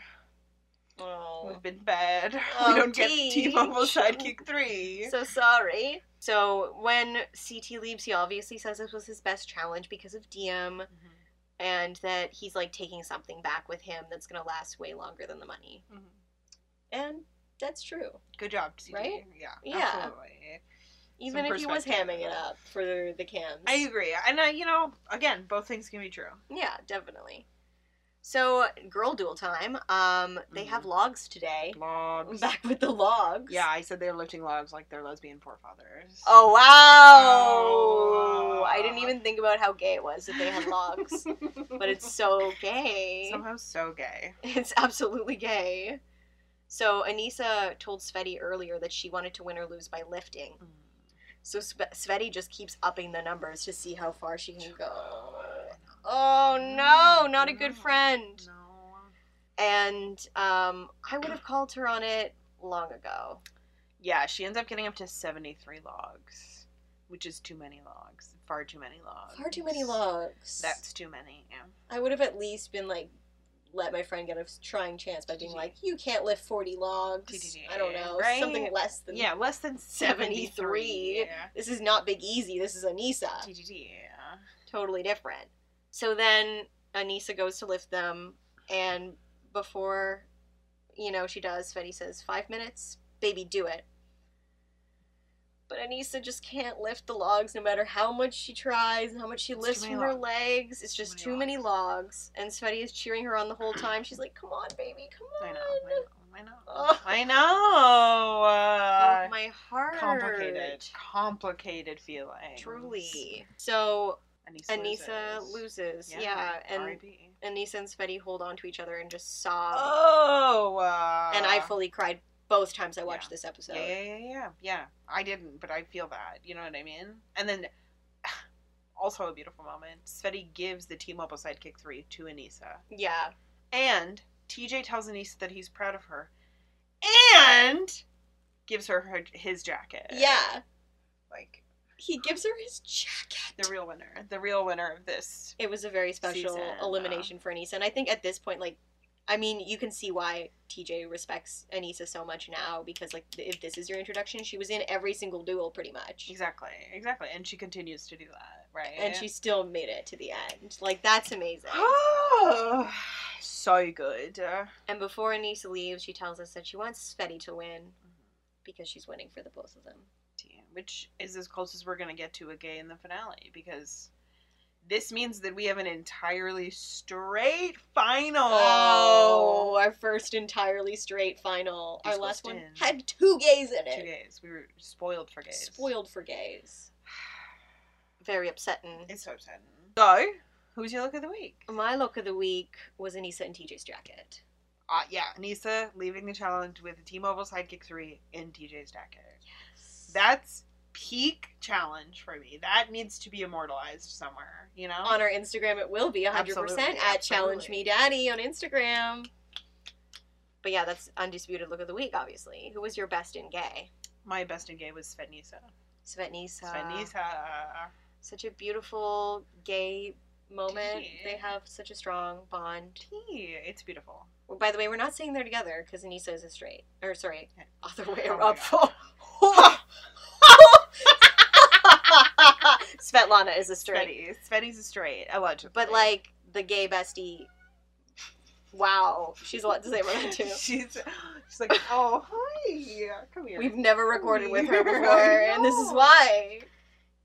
Speaker 1: Oh, Oh.
Speaker 2: We've been bad.
Speaker 1: Oh,
Speaker 2: we don't get
Speaker 1: Teach.
Speaker 2: T-Mobile Sidekick 3.
Speaker 1: So sorry. So when CT leaves, he obviously says this was his best challenge because of DM
Speaker 2: Mhm,
Speaker 1: and that he's like taking something back with him that's going to last way longer than the money.
Speaker 2: mhm.
Speaker 1: And that's true.
Speaker 2: Good job, CT.
Speaker 1: Right?
Speaker 2: Yeah,
Speaker 1: Yeah.
Speaker 2: absolutely.
Speaker 1: Even
Speaker 2: Some
Speaker 1: if he was
Speaker 2: perspective.
Speaker 1: hamming it up for the cams.
Speaker 2: I agree. And, I, you know, again, both things can be true.
Speaker 1: Yeah, definitely. So, girl duel time. Um, they have logs today.
Speaker 2: Mm-hmm. Logs.
Speaker 1: Back with the logs.
Speaker 2: Yeah, I said they're lifting logs like they're lesbian forefathers.
Speaker 1: Oh wow!
Speaker 2: Wow.
Speaker 1: I didn't even think about how gay it was that they had logs, but it's so gay.
Speaker 2: somehow so gay.
Speaker 1: It's absolutely gay. So Anissa told Sveti earlier that she wanted to win or lose by lifting.
Speaker 2: Mm,
Speaker 1: So Sp- Sveti just keeps upping the numbers to see how far she can go. Oh no, not a good
Speaker 2: No.
Speaker 1: friend.
Speaker 2: No.
Speaker 1: And um, I would have called her on it long ago.
Speaker 2: Yeah, she ends up getting up to 73 logs, which is too many logs. Far too many logs.
Speaker 1: Far too many logs.
Speaker 2: That's too many. Yeah.
Speaker 1: I would have at least been like, let my friend get a trying chance by being like, you can't lift 40 logs.
Speaker 2: TTT,
Speaker 1: I don't know.
Speaker 2: right?
Speaker 1: Something less than.
Speaker 2: Yeah, less than 73.
Speaker 1: 73.
Speaker 2: Yeah.
Speaker 1: This is not Big Easy. This is Anissa.
Speaker 2: TTT, yeah.
Speaker 1: Totally different. So then Anissa goes to lift them, and before, you know, she does, Fetty says, five minutes, baby, do it. But Anissa just can't lift the logs no matter how much she tries and how much she
Speaker 2: It's too
Speaker 1: lifts
Speaker 2: many
Speaker 1: from her
Speaker 2: logs.
Speaker 1: legs. It's just too many logs. And Svetty is cheering her on the whole time. She's like, come on, baby, come on.
Speaker 2: I know. I know.
Speaker 1: Ugh.
Speaker 2: I know. I
Speaker 1: Oh,
Speaker 2: know.
Speaker 1: my heart.
Speaker 2: Uh, complicated. Complicated feeling.
Speaker 1: Truly. So
Speaker 2: Anissa,
Speaker 1: Anissa loses. Yeah. And
Speaker 2: R.I.P..
Speaker 1: Anissa and Sveti hold on to each other and just sob.
Speaker 2: Oh. Uh,
Speaker 1: and I fully cried both times I watched
Speaker 2: yeah.
Speaker 1: this episode.
Speaker 2: Yeah, yeah, yeah, yeah. Yeah. I didn't, but I feel that. You know what I mean? And then. Also a beautiful moment. Sveti gives the T-Mobile Sidekick 3 to Anissa.
Speaker 1: Yeah.
Speaker 2: And TJ tells Anissa that he's proud of her. And gives her, her his jacket.
Speaker 1: Yeah.
Speaker 2: Like
Speaker 1: He gives her his jacket.
Speaker 2: the real winner. The real winner of this.
Speaker 1: It was a very special
Speaker 2: Season, uh,
Speaker 1: elimination for Anissa. And I think at this point, like, I mean, you can see why TJ respects Anissa so much now because, like, th- if this is your introduction, she was in every single duel pretty much.
Speaker 2: Exactly. Exactly. And she continues to do that, right?
Speaker 1: And she still made it to the end. Like, that's amazing.
Speaker 2: Oh, so good. Uh,
Speaker 1: and before Anissa leaves, she tells us that she wants Sveti to win because she's winning for the both of them.
Speaker 2: which is as close as we're going to get to a gay in the finale because this means that we have an entirely straight final.
Speaker 1: Oh, our first entirely straight final.
Speaker 2: These
Speaker 1: our last one
Speaker 2: goes in.
Speaker 1: had two gays in
Speaker 2: Two
Speaker 1: it.
Speaker 2: gays. We were spoiled for gays.
Speaker 1: Spoiled for gays. Very upsetting.
Speaker 2: It's so upsetting. So, who's your look of the week?
Speaker 1: My look of the week was Anissa and TJ's jacket.
Speaker 2: Uh, yeah, Nisa leaving the challenge with a T-Mobile Sidekick 3 in TJ's jacket. That's peak challenge for me. That needs to be immortalized somewhere, you know?
Speaker 1: on our Instagram, it will be 100%
Speaker 2: Absolutely,
Speaker 1: at Challenge
Speaker 2: absolutely.
Speaker 1: Me Daddy on Instagram. But yeah, that's Undisputed Look of the Week, obviously. Who was your best in gay?
Speaker 2: My best in gay was Svetnisa. uh,
Speaker 1: Svetnisa.
Speaker 2: Svetnisa.
Speaker 1: Such a beautiful gay moment.
Speaker 2: Yeah.
Speaker 1: They have such a strong bond.
Speaker 2: Tea. It's beautiful.
Speaker 1: Well, by the way, we're not saying they're together because Anissa is a straight. Or sorry,
Speaker 2: Yeah.
Speaker 1: other way
Speaker 2: Oh my
Speaker 1: around.
Speaker 2: God.
Speaker 1: Svetlana is a straight.
Speaker 2: Svetty. Svetty's a straight, allegedly.
Speaker 1: But like the gay bestie. Wow, she's a lot to say about that too.
Speaker 2: She's, she's like, oh, hi. Come here.
Speaker 1: We've never recorded with her
Speaker 2: I
Speaker 1: before, and this is
Speaker 2: know.
Speaker 1: why.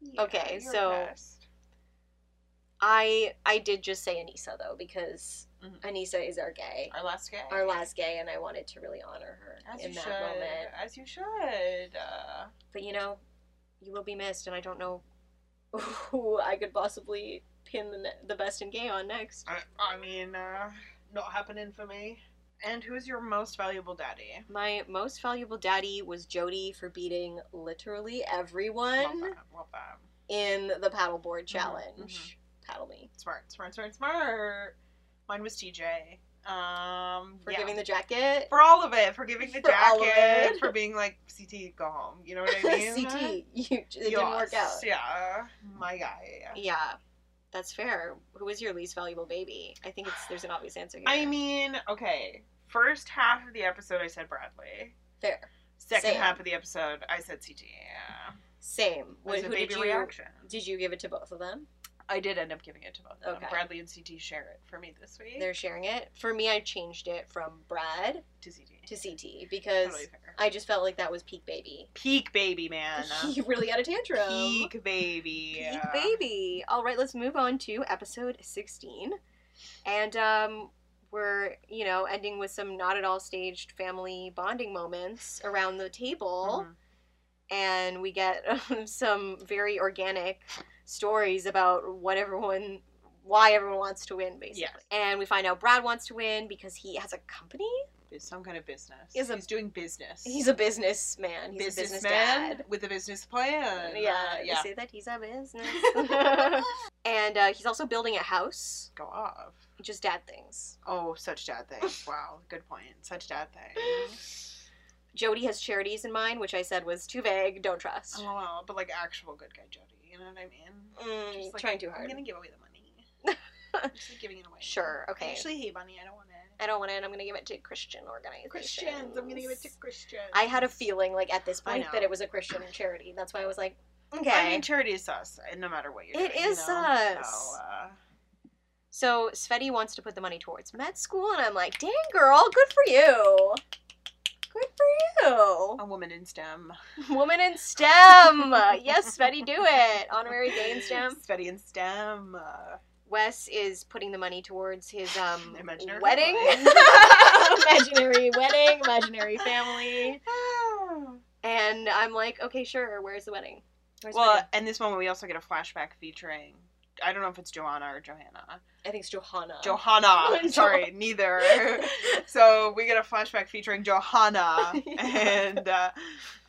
Speaker 2: Yeah,
Speaker 1: okay,
Speaker 2: you're
Speaker 1: so-
Speaker 2: the best.
Speaker 1: I I did just say Anissa though because
Speaker 2: Mhm.
Speaker 1: Anissa is our gay,
Speaker 2: Our last gay.
Speaker 1: our last gay, and I wanted to really honor her
Speaker 2: As
Speaker 1: in
Speaker 2: you
Speaker 1: that
Speaker 2: should.
Speaker 1: moment.
Speaker 2: As you should. Uh,
Speaker 1: But you know, you will be missed, and I don't know who I could possibly pin the, ne- the best in gay on next.
Speaker 2: I, I mean, uh, not happening for me. And who's your most valuable daddy?
Speaker 1: My most valuable daddy was Jody for beating literally
Speaker 2: Love
Speaker 1: everyone
Speaker 2: that. Love that. Mm-hmm,
Speaker 1: in the paddleboard challenge. Paddle me
Speaker 2: Smart, smart, smart, smart. Mine was TJ. Um,
Speaker 1: for
Speaker 2: yeah.
Speaker 1: giving the jacket.
Speaker 2: for all of it, for giving the
Speaker 1: For all of
Speaker 2: jacket,
Speaker 1: it.
Speaker 2: for being like CT, go home. You know what I mean?
Speaker 1: CT, you, it didn't work out.
Speaker 2: Yes, Yeah, my guy.
Speaker 1: Yeah, that's fair. Who is your least valuable baby? I think it's there's an obvious answer here.
Speaker 2: I mean, okay, First half of the episode, I said Bradley.
Speaker 1: Fair.
Speaker 2: Second
Speaker 1: Same.
Speaker 2: half of the episode, I said CT. Yeah.
Speaker 1: Same.
Speaker 2: It was
Speaker 1: Wh-
Speaker 2: a
Speaker 1: who
Speaker 2: baby
Speaker 1: did you
Speaker 2: reaction.
Speaker 1: did you give it to both of them?
Speaker 2: I did end up giving it to both of
Speaker 1: Okay.
Speaker 2: them. Bradley and CT share it for me this week.
Speaker 1: They're sharing it. For me, I changed it from Brad
Speaker 2: to CT.
Speaker 1: to CT because
Speaker 2: Totally fair.
Speaker 1: I just felt like that was peak baby.
Speaker 2: Peak baby, man.
Speaker 1: He really had a tantrum.
Speaker 2: uh, Peak baby.
Speaker 1: Peak baby. All right, let's move on to episode 16. And um, we're, you know, ending with some not at all staged family bonding moments around the table.
Speaker 2: Mhm.
Speaker 1: And we get um, some very organic stories about what everyone, why everyone wants to win, basically.
Speaker 2: Yes.
Speaker 1: And we find out Brad wants to win because he has a company.
Speaker 2: It's some kind of business.
Speaker 1: Is a-
Speaker 2: He's doing business.
Speaker 1: He's a businessman. He's a business dad.
Speaker 2: with a business plan.
Speaker 1: Yeah,
Speaker 2: Uh,
Speaker 1: you
Speaker 2: yeah.
Speaker 1: say that he's a business. and uh, he's also building a house.
Speaker 2: Go off.
Speaker 1: Just dad things.
Speaker 2: Oh, such dad things. Wow, good point. Such dad things.
Speaker 1: Jody has charities in mind, which I said was too vague. Don't trust.
Speaker 2: LOL, Oh, but like actual good guy Jody. You know what I mean?
Speaker 1: Mm,
Speaker 2: Just like,
Speaker 1: trying too
Speaker 2: I'm
Speaker 1: hard.
Speaker 2: gonna give away the money. I'm just like giving it away.
Speaker 1: Sure.
Speaker 2: I
Speaker 1: Okay.
Speaker 2: actually hate money. I don't want it.
Speaker 1: I don't want it. I'm gonna give it to Christian organizations.
Speaker 2: Christians. I'm gonna give it to Christians.
Speaker 1: I had a feeling like at this
Speaker 2: I
Speaker 1: point
Speaker 2: know.
Speaker 1: that it was a Christian charity. That's why I was like, okay.
Speaker 2: I mean, charity is sus, and no matter what you're
Speaker 1: It
Speaker 2: doing. you
Speaker 1: is
Speaker 2: know?
Speaker 1: sus.
Speaker 2: So, uh,
Speaker 1: so Sveti wants to put the money towards med school, and I'm like, dang girl, good for you. Good for you.
Speaker 2: a woman in STEM.
Speaker 1: Woman in STEM. yes, Sveti, do it. Honorary gay in STEM.
Speaker 2: Study in STEM. Uh,
Speaker 1: Wes is putting the money towards his um
Speaker 2: Imaginary
Speaker 1: wedding,
Speaker 2: wedding.
Speaker 1: imaginary wedding, imaginary family, and I'm like, okay, sure. Where's the wedding? Where's the
Speaker 2: well,
Speaker 1: wedding?
Speaker 2: and this moment we also get a flashback featuring. I don't know if it's Joanna or Johanna.
Speaker 1: I think it's Johanna.
Speaker 2: Johanna. Sorry, neither. so we get a flashback featuring Johanna, and uh,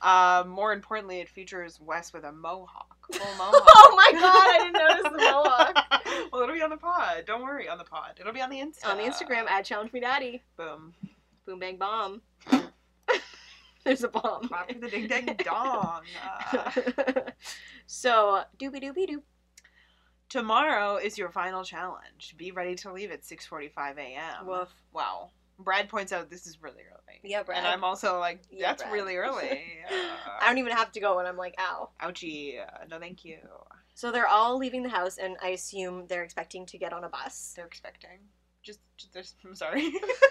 Speaker 2: uh, more importantly, it features Wes with a mohawk, full mohawk.
Speaker 1: oh my god, I didn't notice the mohawk.
Speaker 2: well, it'll be on the pod. Don't worry, on the pod. It'll be on the Insta.
Speaker 1: On the Instagram at challenge me daddy.
Speaker 2: Boom.
Speaker 1: Boom bang bomb. There's a bomb.
Speaker 2: Clap for the ding dang dong. Uh,
Speaker 1: so doobie doobie doop.
Speaker 2: tomorrow is your final challenge. Be ready to leave at 6:45 a.m.
Speaker 1: Woof.
Speaker 2: Wow. Brad points out this is really early.
Speaker 1: Yeah, Brad.
Speaker 2: And I'm also like,
Speaker 1: Yeah,
Speaker 2: that's
Speaker 1: Brad.
Speaker 2: really early.
Speaker 1: I
Speaker 2: Uh,
Speaker 1: don't even have to go, and I'm like, ow.
Speaker 2: ouchie. Uh, No, thank you.
Speaker 1: So they're all leaving the house, and I assume they're expecting to get on a bus.
Speaker 2: They're expecting. Just, just there's- I'm sorry. Never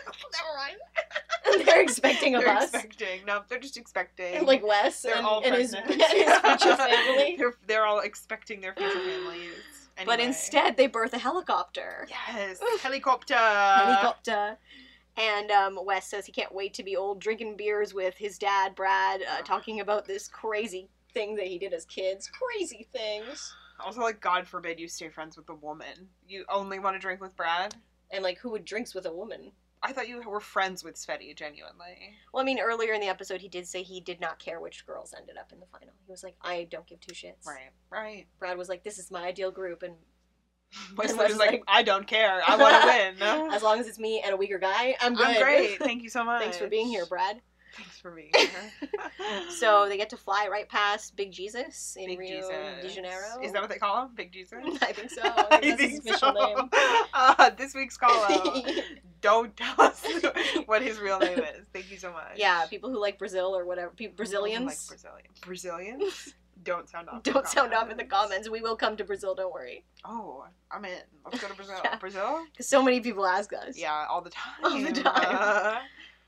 Speaker 2: mind.
Speaker 1: they're expecting a
Speaker 2: They're
Speaker 1: bus.
Speaker 2: expecting. No, they're just expecting.
Speaker 1: Like Wes
Speaker 2: they're
Speaker 1: and,
Speaker 2: all
Speaker 1: and his, and
Speaker 2: pregnant.
Speaker 1: his future family.
Speaker 2: they're, they're all expecting their future families.
Speaker 1: But
Speaker 2: Anyway.
Speaker 1: instead, they birth a helicopter.
Speaker 2: Yes, helicopter.
Speaker 1: Helicopter. Uh, And um, Wes says he can't wait to be old, drinking beers with his dad, Brad, uh, talking about this crazy thing that he did as kids. Crazy things.
Speaker 2: Also, like, God forbid you stay friends with a woman. You only want to drink with Brad.
Speaker 1: And like, who would drinks with a woman?
Speaker 2: I thought you were friends with Sveti, genuinely.
Speaker 1: Well, I mean, earlier in the episode, he did say he did not care which girls ended up in the final. He was like, I don't give two shits.
Speaker 2: Right, right.
Speaker 1: Brad was like, "This is my ideal group, and
Speaker 2: Wesley
Speaker 1: Wes
Speaker 2: was
Speaker 1: is
Speaker 2: like,
Speaker 1: like-
Speaker 2: I don't care. I want to win.
Speaker 1: as long as it's me and a weaker guy, I'm good."
Speaker 2: I'm great. Thank you so much.
Speaker 1: Thanks for being here, Brad.
Speaker 2: Thanks for being here.
Speaker 1: So they get to fly right past Big Jesus in
Speaker 2: Big
Speaker 1: Rio de
Speaker 2: Jesus.
Speaker 1: Janeiro.
Speaker 2: Is that what they call him? Big Jesus?
Speaker 1: I think so. I think that's his official name.
Speaker 2: Uh, this week's call out. Don't tell us what his real name is. Thank you so much.
Speaker 1: yeah, people who like Brazil or whatever, people, Brazilians.
Speaker 2: Like Brazilian. Brazilians? Don't sound off. in
Speaker 1: don't
Speaker 2: the
Speaker 1: sound off in the comments. We will come to Brazil. Don't worry,
Speaker 2: Oh, I'm in. Let's go to Brazil.
Speaker 1: Yeah.
Speaker 2: Brazil?
Speaker 1: because so many people ask us.
Speaker 2: Yeah, all the time.
Speaker 1: All the time.
Speaker 2: Uh,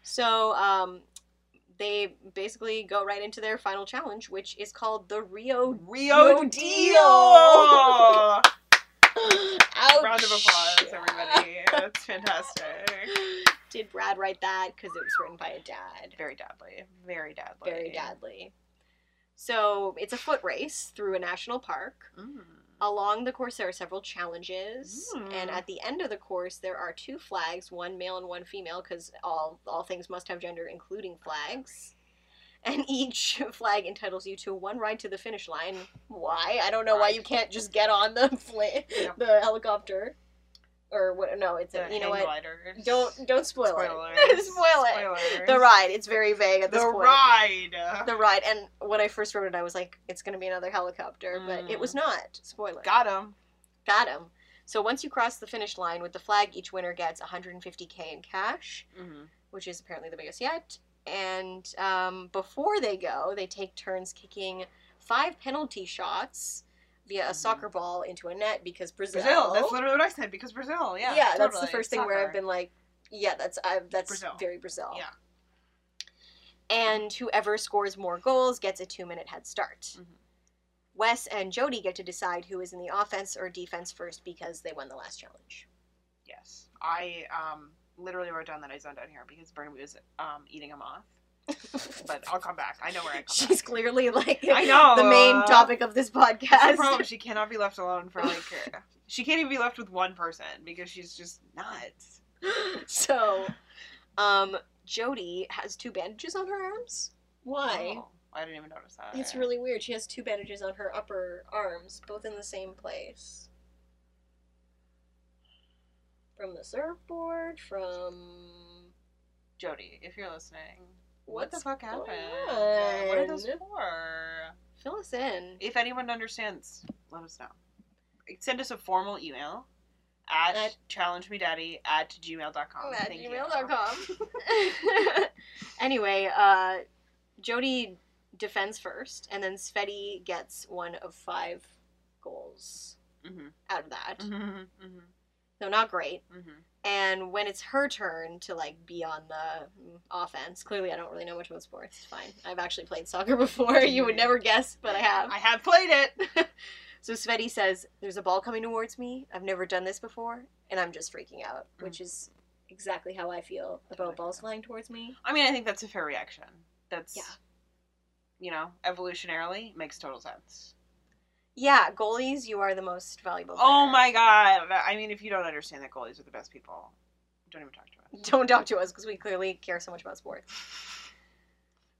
Speaker 1: So um, they basically go right into their final challenge, which is called the Rio.
Speaker 2: Rio
Speaker 1: Deal. Oh,
Speaker 2: Deal!
Speaker 1: Ouch.
Speaker 2: Round of applause, everybody. That's fantastic.
Speaker 1: Did Brad write that? Because it was written by a dad.
Speaker 2: Very deadly. Very deadly.
Speaker 1: Very deadly. So it's a foot race through a national park.
Speaker 2: Mm.
Speaker 1: Along the course, there are several challenges,
Speaker 2: Mm.
Speaker 1: and at the end of the course, there are two flags, one male and one female, because all all things must have gender, including flags. And each flag entitles you to one ride to the finish line. Why? I don't know why
Speaker 2: Right.
Speaker 1: you can't just get on the fl-
Speaker 2: Yeah.
Speaker 1: the helicopter, or what? No, it's a,
Speaker 2: The
Speaker 1: you know what?
Speaker 2: hang gliders.
Speaker 1: Don't don't spoil it.
Speaker 2: Spoilers.
Speaker 1: spoil it.
Speaker 2: Spoilers.
Speaker 1: The ride. It's very vague at this
Speaker 2: The
Speaker 1: point
Speaker 2: ride.
Speaker 1: the ride and when i first wrote it i was like it's going to be another helicopter but it
Speaker 2: Mm.
Speaker 1: was not spoiler
Speaker 2: Got him.
Speaker 1: got him so once you cross the finish line with the flag each winner gets 150k in cash
Speaker 2: Mm-hmm.
Speaker 1: which is apparently the biggest yet. And um, before they go, they take turns kicking five penalty shots via a
Speaker 2: Mhm.
Speaker 1: soccer ball into a net because Brazil.
Speaker 2: Brazil. That's literally what I said because Brazil. Yeah.
Speaker 1: yeah, that's the
Speaker 2: totally.
Speaker 1: first thing where
Speaker 2: Soccer.
Speaker 1: I've been like, yeah, that's i that's
Speaker 2: Brazil.
Speaker 1: very Brazil.
Speaker 2: Yeah.
Speaker 1: And whoever scores more goals gets a two-minute head start.
Speaker 2: Mhm.
Speaker 1: Wes and Jody get to decide who is in the offense or defense first because they won the last challenge.
Speaker 2: Yes. I um literally wrote down that I zoned out here because Bernie was um eating a moth. but I'll come back. I know where I come
Speaker 1: She's
Speaker 2: back.
Speaker 1: clearly like
Speaker 2: I know
Speaker 1: the main
Speaker 2: uh,
Speaker 1: topic of this
Speaker 2: That's the
Speaker 1: podcast.
Speaker 2: problem. She cannot be left alone for like. uh, she can't even be left with one person because she's just nuts.
Speaker 1: so, um, Jody has two bandages on her arms. Why?
Speaker 2: Oh, I didn't even notice that.
Speaker 1: It's really weird. She has two bandages on her upper arms, both in the same place. From the surfboard, from
Speaker 2: Jody, if you're listening, what
Speaker 1: what's
Speaker 2: the fuck happened?
Speaker 1: going
Speaker 2: Yeah, What are those
Speaker 1: on?
Speaker 2: for?
Speaker 1: fill us in.
Speaker 2: If anyone understands, let us know. Send us a formal email at,
Speaker 1: At-
Speaker 2: challengemedaddy at gmail.com.
Speaker 1: at
Speaker 2: Thank you.
Speaker 1: gmail.com. anyway, uh, Jody defends first, and then Sveti gets one of five goals
Speaker 2: Mhm.
Speaker 1: out of that.
Speaker 2: Mhm, mhm,
Speaker 1: So not great.
Speaker 2: mhm.
Speaker 1: And when it's her turn to like be on the mm, offense, clearly I don't really know much about sports. It's fine. I've actually played soccer before. You would never guess, but I have.
Speaker 2: I have played it.
Speaker 1: So Sveti says, "There's a ball coming towards me. I've never done this before, and I'm just freaking out,"
Speaker 2: Mm.
Speaker 1: which is exactly how I feel
Speaker 2: Totally.
Speaker 1: about balls flying towards me.
Speaker 2: I mean, I think that's a fair reaction. That's,
Speaker 1: Yeah.
Speaker 2: you know, evolutionarily makes total sense.
Speaker 1: Yeah, goalies, you are the most valuable.
Speaker 2: Oh
Speaker 1: player.
Speaker 2: my god! I mean, if you don't understand that goalies are the best people, don't even talk to us.
Speaker 1: Don't talk to us because we clearly care so much about sports.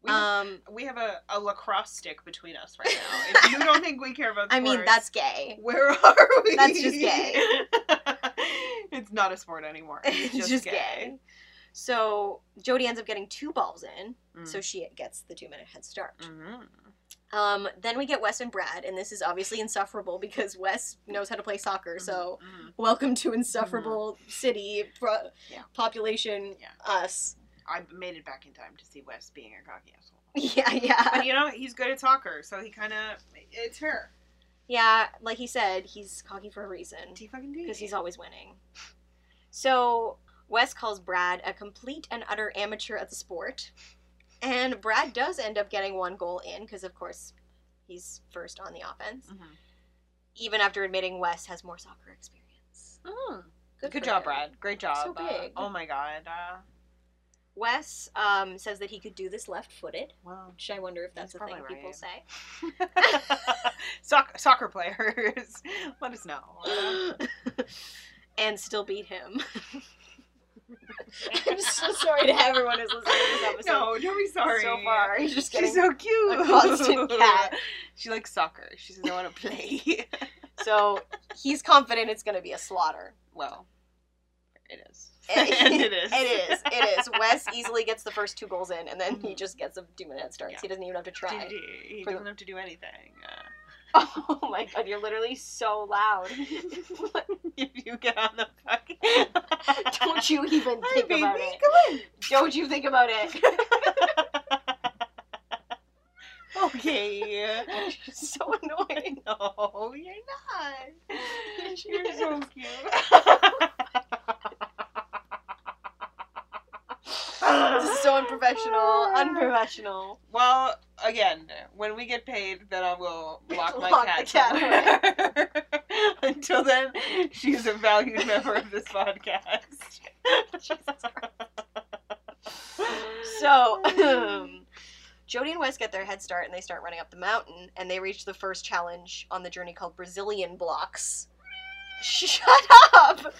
Speaker 2: We,
Speaker 1: Um,
Speaker 2: we have a, a lacrosse stick between us right now. if you don't think we care about,
Speaker 1: I mean
Speaker 2: sports,
Speaker 1: that's gay.
Speaker 2: where are we?
Speaker 1: That's just gay.
Speaker 2: it's not a sport anymore. It's just, gay.
Speaker 1: So Jody ends up getting two balls in,
Speaker 2: Mm.
Speaker 1: so she gets the two minute head start.
Speaker 2: Mhm.
Speaker 1: Um, then we get Wes and Brad, and this is obviously insufferable because Wes knows how to play soccer. So
Speaker 2: Mhm.
Speaker 1: welcome to insufferable city pro-
Speaker 2: Yeah.
Speaker 1: population
Speaker 2: Yeah.
Speaker 1: us.
Speaker 2: I made it back in time to see Wes being a cocky asshole.
Speaker 1: Yeah, yeah,
Speaker 2: But you know, he's good at soccer, so he kind of it's her.
Speaker 1: yeah. Like he said, he's cocky for a reason.
Speaker 2: He fucking did.
Speaker 1: because he's always winning. So Wes calls Brad a complete and utter amateur at the sport, and Brad does end up getting one goal in because, of course, he's first on the offense.
Speaker 2: Mhm.
Speaker 1: Even after admitting Wes has more soccer experience.
Speaker 2: Good,
Speaker 1: Oh, for
Speaker 2: job,
Speaker 1: him.
Speaker 2: Brad. Great job.
Speaker 1: So
Speaker 2: Uh,
Speaker 1: big.
Speaker 2: oh my god. Uh,
Speaker 1: Wes um, says that he could do this left-footed,
Speaker 2: wow.
Speaker 1: which I wonder if that's
Speaker 2: He's
Speaker 1: a thing
Speaker 2: probably
Speaker 1: people
Speaker 2: right.
Speaker 1: say.
Speaker 2: Soc- soccer players, let us know.
Speaker 1: and still beat him. I'm so sorry to everyone who's listening to this episode.
Speaker 2: No, don't be sorry.
Speaker 1: So far, you're just getting
Speaker 2: She's so cute.
Speaker 1: a constant cat.
Speaker 2: She likes soccer. She says, I want to play.
Speaker 1: So he's confident it's going to be a slaughter.
Speaker 2: well, it is.
Speaker 1: It-
Speaker 2: and it is.
Speaker 1: It is. It is. Wes easily gets the first two goals in, and
Speaker 2: Mm-hmm.
Speaker 1: then he just gets a two minute head start. so He doesn't even have to try.
Speaker 2: He
Speaker 1: For the-
Speaker 2: doesn't have to do anything. Uh,
Speaker 1: Oh my god, you're literally so loud.
Speaker 2: if you get on the fucking.
Speaker 1: Don't you even
Speaker 2: Hi,
Speaker 1: think
Speaker 2: baby.
Speaker 1: about it.
Speaker 2: Come on.
Speaker 1: Don't you think about it.
Speaker 2: Okay. Oh,
Speaker 1: You're so annoying.
Speaker 2: no, you're not.
Speaker 1: Yes, she
Speaker 2: You're so
Speaker 1: is.
Speaker 2: cute.
Speaker 1: This is so unprofessional. Unprofessional.
Speaker 2: Well, again, when we get paid, then I will lock my
Speaker 1: Lock the
Speaker 2: cat.
Speaker 1: cat
Speaker 2: somewhere. Until then, she's a valued member of this podcast.
Speaker 1: So, um, Jody and Wes get their head start and they start running up the mountain, and they reach the first challenge on the journey called Brazilian Blocks. Shut up!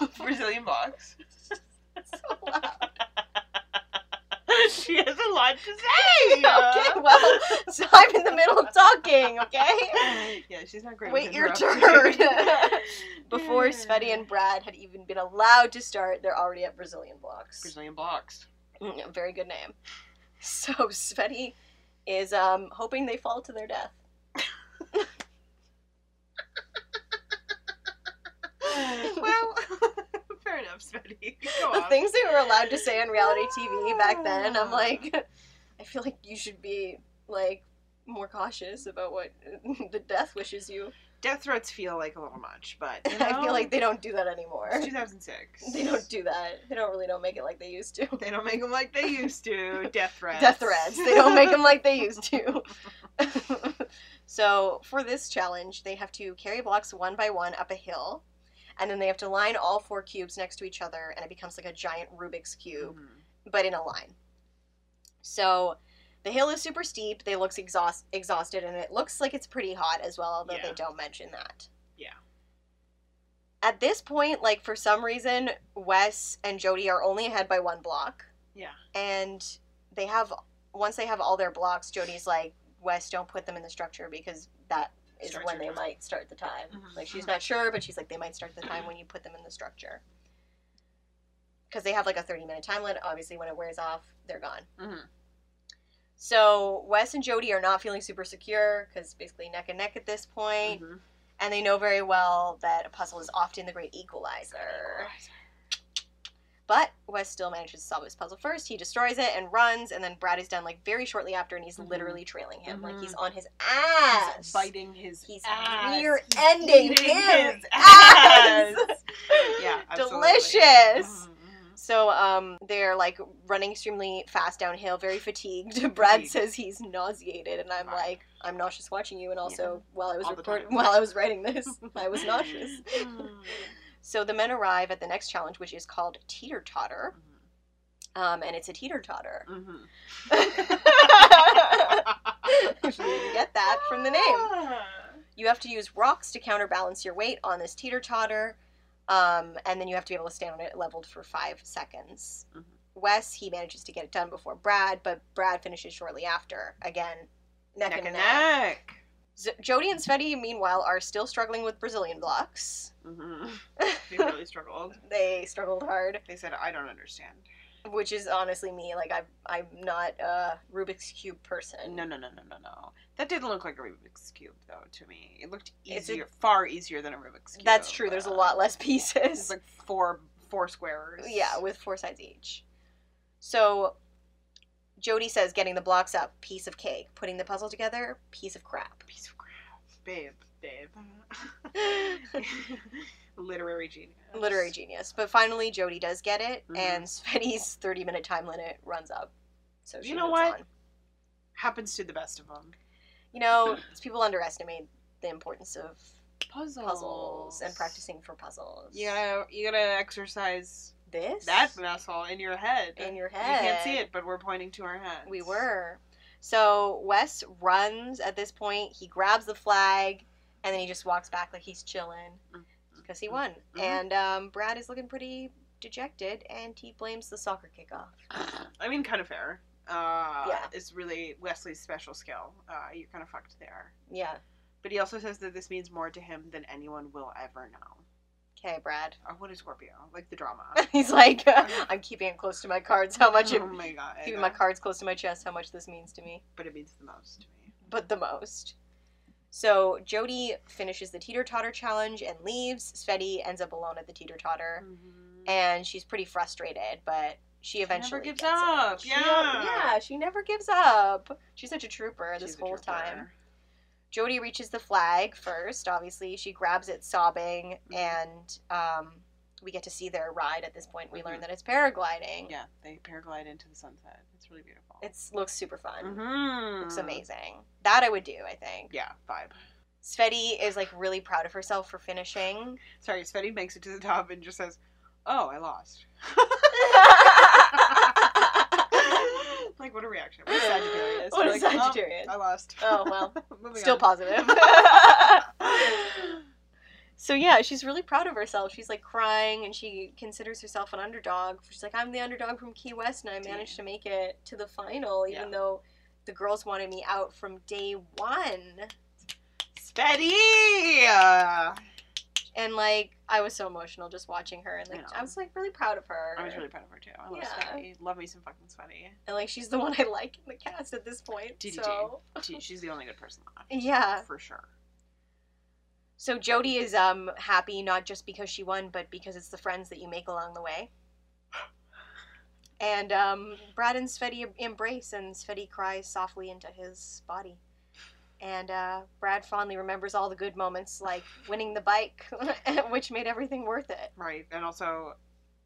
Speaker 2: Brazilian box.
Speaker 1: So loud.
Speaker 2: she has a lot to say.
Speaker 1: okay, well, so I'm in the middle of talking, okay?
Speaker 2: yeah, she's not great.
Speaker 1: Wait
Speaker 2: with
Speaker 1: your
Speaker 2: interrupting.
Speaker 1: turn. Before Sveti and Brad had even been allowed to start, they're already at Brazilian Blocks.
Speaker 2: Brazilian blocks.
Speaker 1: Mm, very good name. So Sveti is um, hoping they fall to their death.
Speaker 2: well, fair enough, Betty. Go
Speaker 1: the
Speaker 2: on.
Speaker 1: things they were allowed to say on reality TV back then. I'm like, I feel like you should be like more cautious about what the death wishes you.
Speaker 2: Death threats feel like a little much, but you
Speaker 1: I
Speaker 2: know,
Speaker 1: feel like they don't do that anymore.
Speaker 2: it's 2006.
Speaker 1: They don't do that. They don't really don't make it like they used to.
Speaker 2: They don't make them like they used to. Death threats.
Speaker 1: Death threats. They don't make them like they used to. so for this challenge, they have to carry blocks one by one up a hill, and then they have to line all four cubes next to each other, and it becomes like a giant Rubik's cube.
Speaker 2: Mhm.
Speaker 1: but in a line. So the hill is super steep. They looks exhaust exhausted, and it looks like it's pretty hot as well, although
Speaker 2: Yeah.
Speaker 1: they don't mention that.
Speaker 2: Yeah.
Speaker 1: At this point, like for some reason, Wes and Jody are only ahead by one block,
Speaker 2: Yeah.
Speaker 1: and they have once they have all their blocks. Jody's like, Wes, don't put them in the structure because that is
Speaker 2: Starts
Speaker 1: when
Speaker 2: your
Speaker 1: they
Speaker 2: time."
Speaker 1: might start the time.
Speaker 2: Mhm.
Speaker 1: Like she's not sure, but she's like they might start the time when you put them in the structure. Because they have like a 30 minute time limit. Obviously, when it wears off, they're gone.
Speaker 2: Mhm.
Speaker 1: So Wes and Jody are not feeling super secure because basically neck and neck at this point,
Speaker 2: Mhm.
Speaker 1: and they know very well that a puzzle is often the great equalizer. But Wes still manages to solve his puzzle first. He destroys it and runs, and then Brad is done like very shortly after, and he's
Speaker 2: Mhm.
Speaker 1: literally trailing him. Like
Speaker 2: Mhm.
Speaker 1: he's on his
Speaker 2: He's
Speaker 1: ass.
Speaker 2: biting his
Speaker 1: He's
Speaker 2: ass.
Speaker 1: rear-ending
Speaker 2: He's eating
Speaker 1: his
Speaker 2: his
Speaker 1: ass.
Speaker 2: yeah, absolutely.
Speaker 1: Delicious.
Speaker 2: Mhm, mhm.
Speaker 1: So um, they're like running extremely fast downhill, very fatigued. Brad
Speaker 2: Fatigued.
Speaker 1: says he's nauseated, and I'm
Speaker 2: Right.
Speaker 1: like, I'm nauseous watching you. And also, while I was
Speaker 2: All the
Speaker 1: report-
Speaker 2: time.
Speaker 1: while I was writing this, I was nauseous.
Speaker 2: Mhm.
Speaker 1: So the men arrive at the next challenge, which is called teeter totter, um, and it's a teeter totter.
Speaker 2: Mhm.
Speaker 1: if
Speaker 2: Mm-hmm.
Speaker 1: you didn't get that from the name,
Speaker 2: Ah.
Speaker 1: you have to use rocks to counterbalance your weight on this teeter totter, um, and then you have to be able to stay on it leveled for five seconds.
Speaker 2: Mhm.
Speaker 1: Wes, he manages to get it done before Brad, but Brad finishes shortly after. Again, neck,
Speaker 2: Neck
Speaker 1: and
Speaker 2: and
Speaker 1: neck.
Speaker 2: neck.
Speaker 1: Z- Jody and Sveti, meanwhile, are still struggling with Brazilian blocks. Mm-hmm.
Speaker 2: Mhm. They really struggled.
Speaker 1: They struggled hard,
Speaker 2: They said, "I don't understand."
Speaker 1: which is honestly me. Like I'm, I'm not a Rubik's cube person.
Speaker 2: No, no, no, no, no, no. That didn't look like a Rubik's cube, though. To me, it looked
Speaker 1: It's a-
Speaker 2: easier, far easier than a Rubik's cube.
Speaker 1: That's true. There's a
Speaker 2: Uh,
Speaker 1: lot less
Speaker 2: It's
Speaker 1: pieces.
Speaker 2: like four, four squares.
Speaker 1: Yeah, with four sides each. So Jody says getting the blocks up, piece of cake. Putting the puzzle together, piece of crap.
Speaker 2: piece of crap, babe, babe. Literary genius.
Speaker 1: Literary genius. But finally, Jody does get it,
Speaker 2: Mhm.
Speaker 1: and Svetty's 30 minute time limit runs up. So she
Speaker 2: You know
Speaker 1: moves
Speaker 2: what?
Speaker 1: on.
Speaker 2: happens to the best of them.
Speaker 1: You know, people underestimate the importance of
Speaker 2: Puzzles,
Speaker 1: puzzles and practicing for puzzles.
Speaker 2: You gotta, you gotta exercise
Speaker 1: This?
Speaker 2: that muscle in your head.
Speaker 1: in your
Speaker 2: You
Speaker 1: head.
Speaker 2: can't see it, but we're pointing to our hands.
Speaker 1: We were. So Wes runs at this point. He grabs the flag, and then he just walks back like he's chilling because he won.
Speaker 2: Mhm.
Speaker 1: And um, Brad is looking pretty dejected, and he blames the soccer kickoff.
Speaker 2: I mean, kind of fair. Uh,
Speaker 1: Yeah.
Speaker 2: It's really Wesley's special skill. Uh, you're kind of fucked there.
Speaker 1: Yeah.
Speaker 2: But he also says that this means more to him than anyone will ever know.
Speaker 1: Okay, Brad.
Speaker 2: Oh, what is Scorpio? Like the drama.
Speaker 1: he's like, I'm keeping it close to my cards. How much? It,
Speaker 2: Oh my god.
Speaker 1: keeping my cards close to my chest. How much this means to me,
Speaker 2: But it means the most to me.
Speaker 1: but the most. So Jody finishes the teeter totter challenge and leaves. Sveti ends up alone at the teeter totter. Mm-hmm. and she's pretty frustrated, but she eventually
Speaker 2: gives
Speaker 1: gets it.
Speaker 2: up,
Speaker 1: She-
Speaker 2: yeah.
Speaker 1: yeah, she never gives up. She's such a trooper this
Speaker 2: She's a
Speaker 1: whole
Speaker 2: trooper.
Speaker 1: time. Jody reaches the flag first. Obviously, she grabs it, sobbing,
Speaker 2: Mhm.
Speaker 1: and um, we get to see their ride. At this point, we learn
Speaker 2: Mhm.
Speaker 1: that it's paragliding.
Speaker 2: Yeah, they paraglide into the sunset. It's really beautiful.
Speaker 1: It looks super fun.
Speaker 2: Mhm.
Speaker 1: Looks amazing. That I would do. I think.
Speaker 2: Yeah, vibe.
Speaker 1: Sveti is like really proud of herself for finishing.
Speaker 2: Sorry, Svetty makes it to the top and just says, "Oh, I lost." like what a reaction. What a Sagittarius.
Speaker 1: What
Speaker 2: We're
Speaker 1: a
Speaker 2: like, "Oh,
Speaker 1: Sagittarius.
Speaker 2: I lost.
Speaker 1: Oh, well.
Speaker 2: Moving
Speaker 1: Still
Speaker 2: on.
Speaker 1: positive. so yeah, she's really proud of herself. She's like crying and she considers herself an underdog. She's like, I'm the underdog from Key West and I managed to make it to the final, even
Speaker 2: Yeah.
Speaker 1: though the girls wanted me out from day one.
Speaker 2: Svetty. Uh,
Speaker 1: And like, I was so emotional just watching her and
Speaker 2: I
Speaker 1: like,
Speaker 2: know.
Speaker 1: I, was like really proud of her.
Speaker 2: I was really proud of her too. I love
Speaker 1: Yeah.
Speaker 2: Svetty. Love me some fucking Svetty.
Speaker 1: and like, she's the one I like in the cast at this point.
Speaker 2: DDG.
Speaker 1: So
Speaker 2: She- She's the only good person left
Speaker 1: yeah.
Speaker 2: for sure.
Speaker 1: So Jody is um happy not just because she won, but because it's the friends that you make along the way. And um, Brad and Sveti embrace, and Sveti cries softly into his body. And uh, Brad fondly remembers all the good moments, like winning the bike, which made everything worth it.
Speaker 2: Right, and also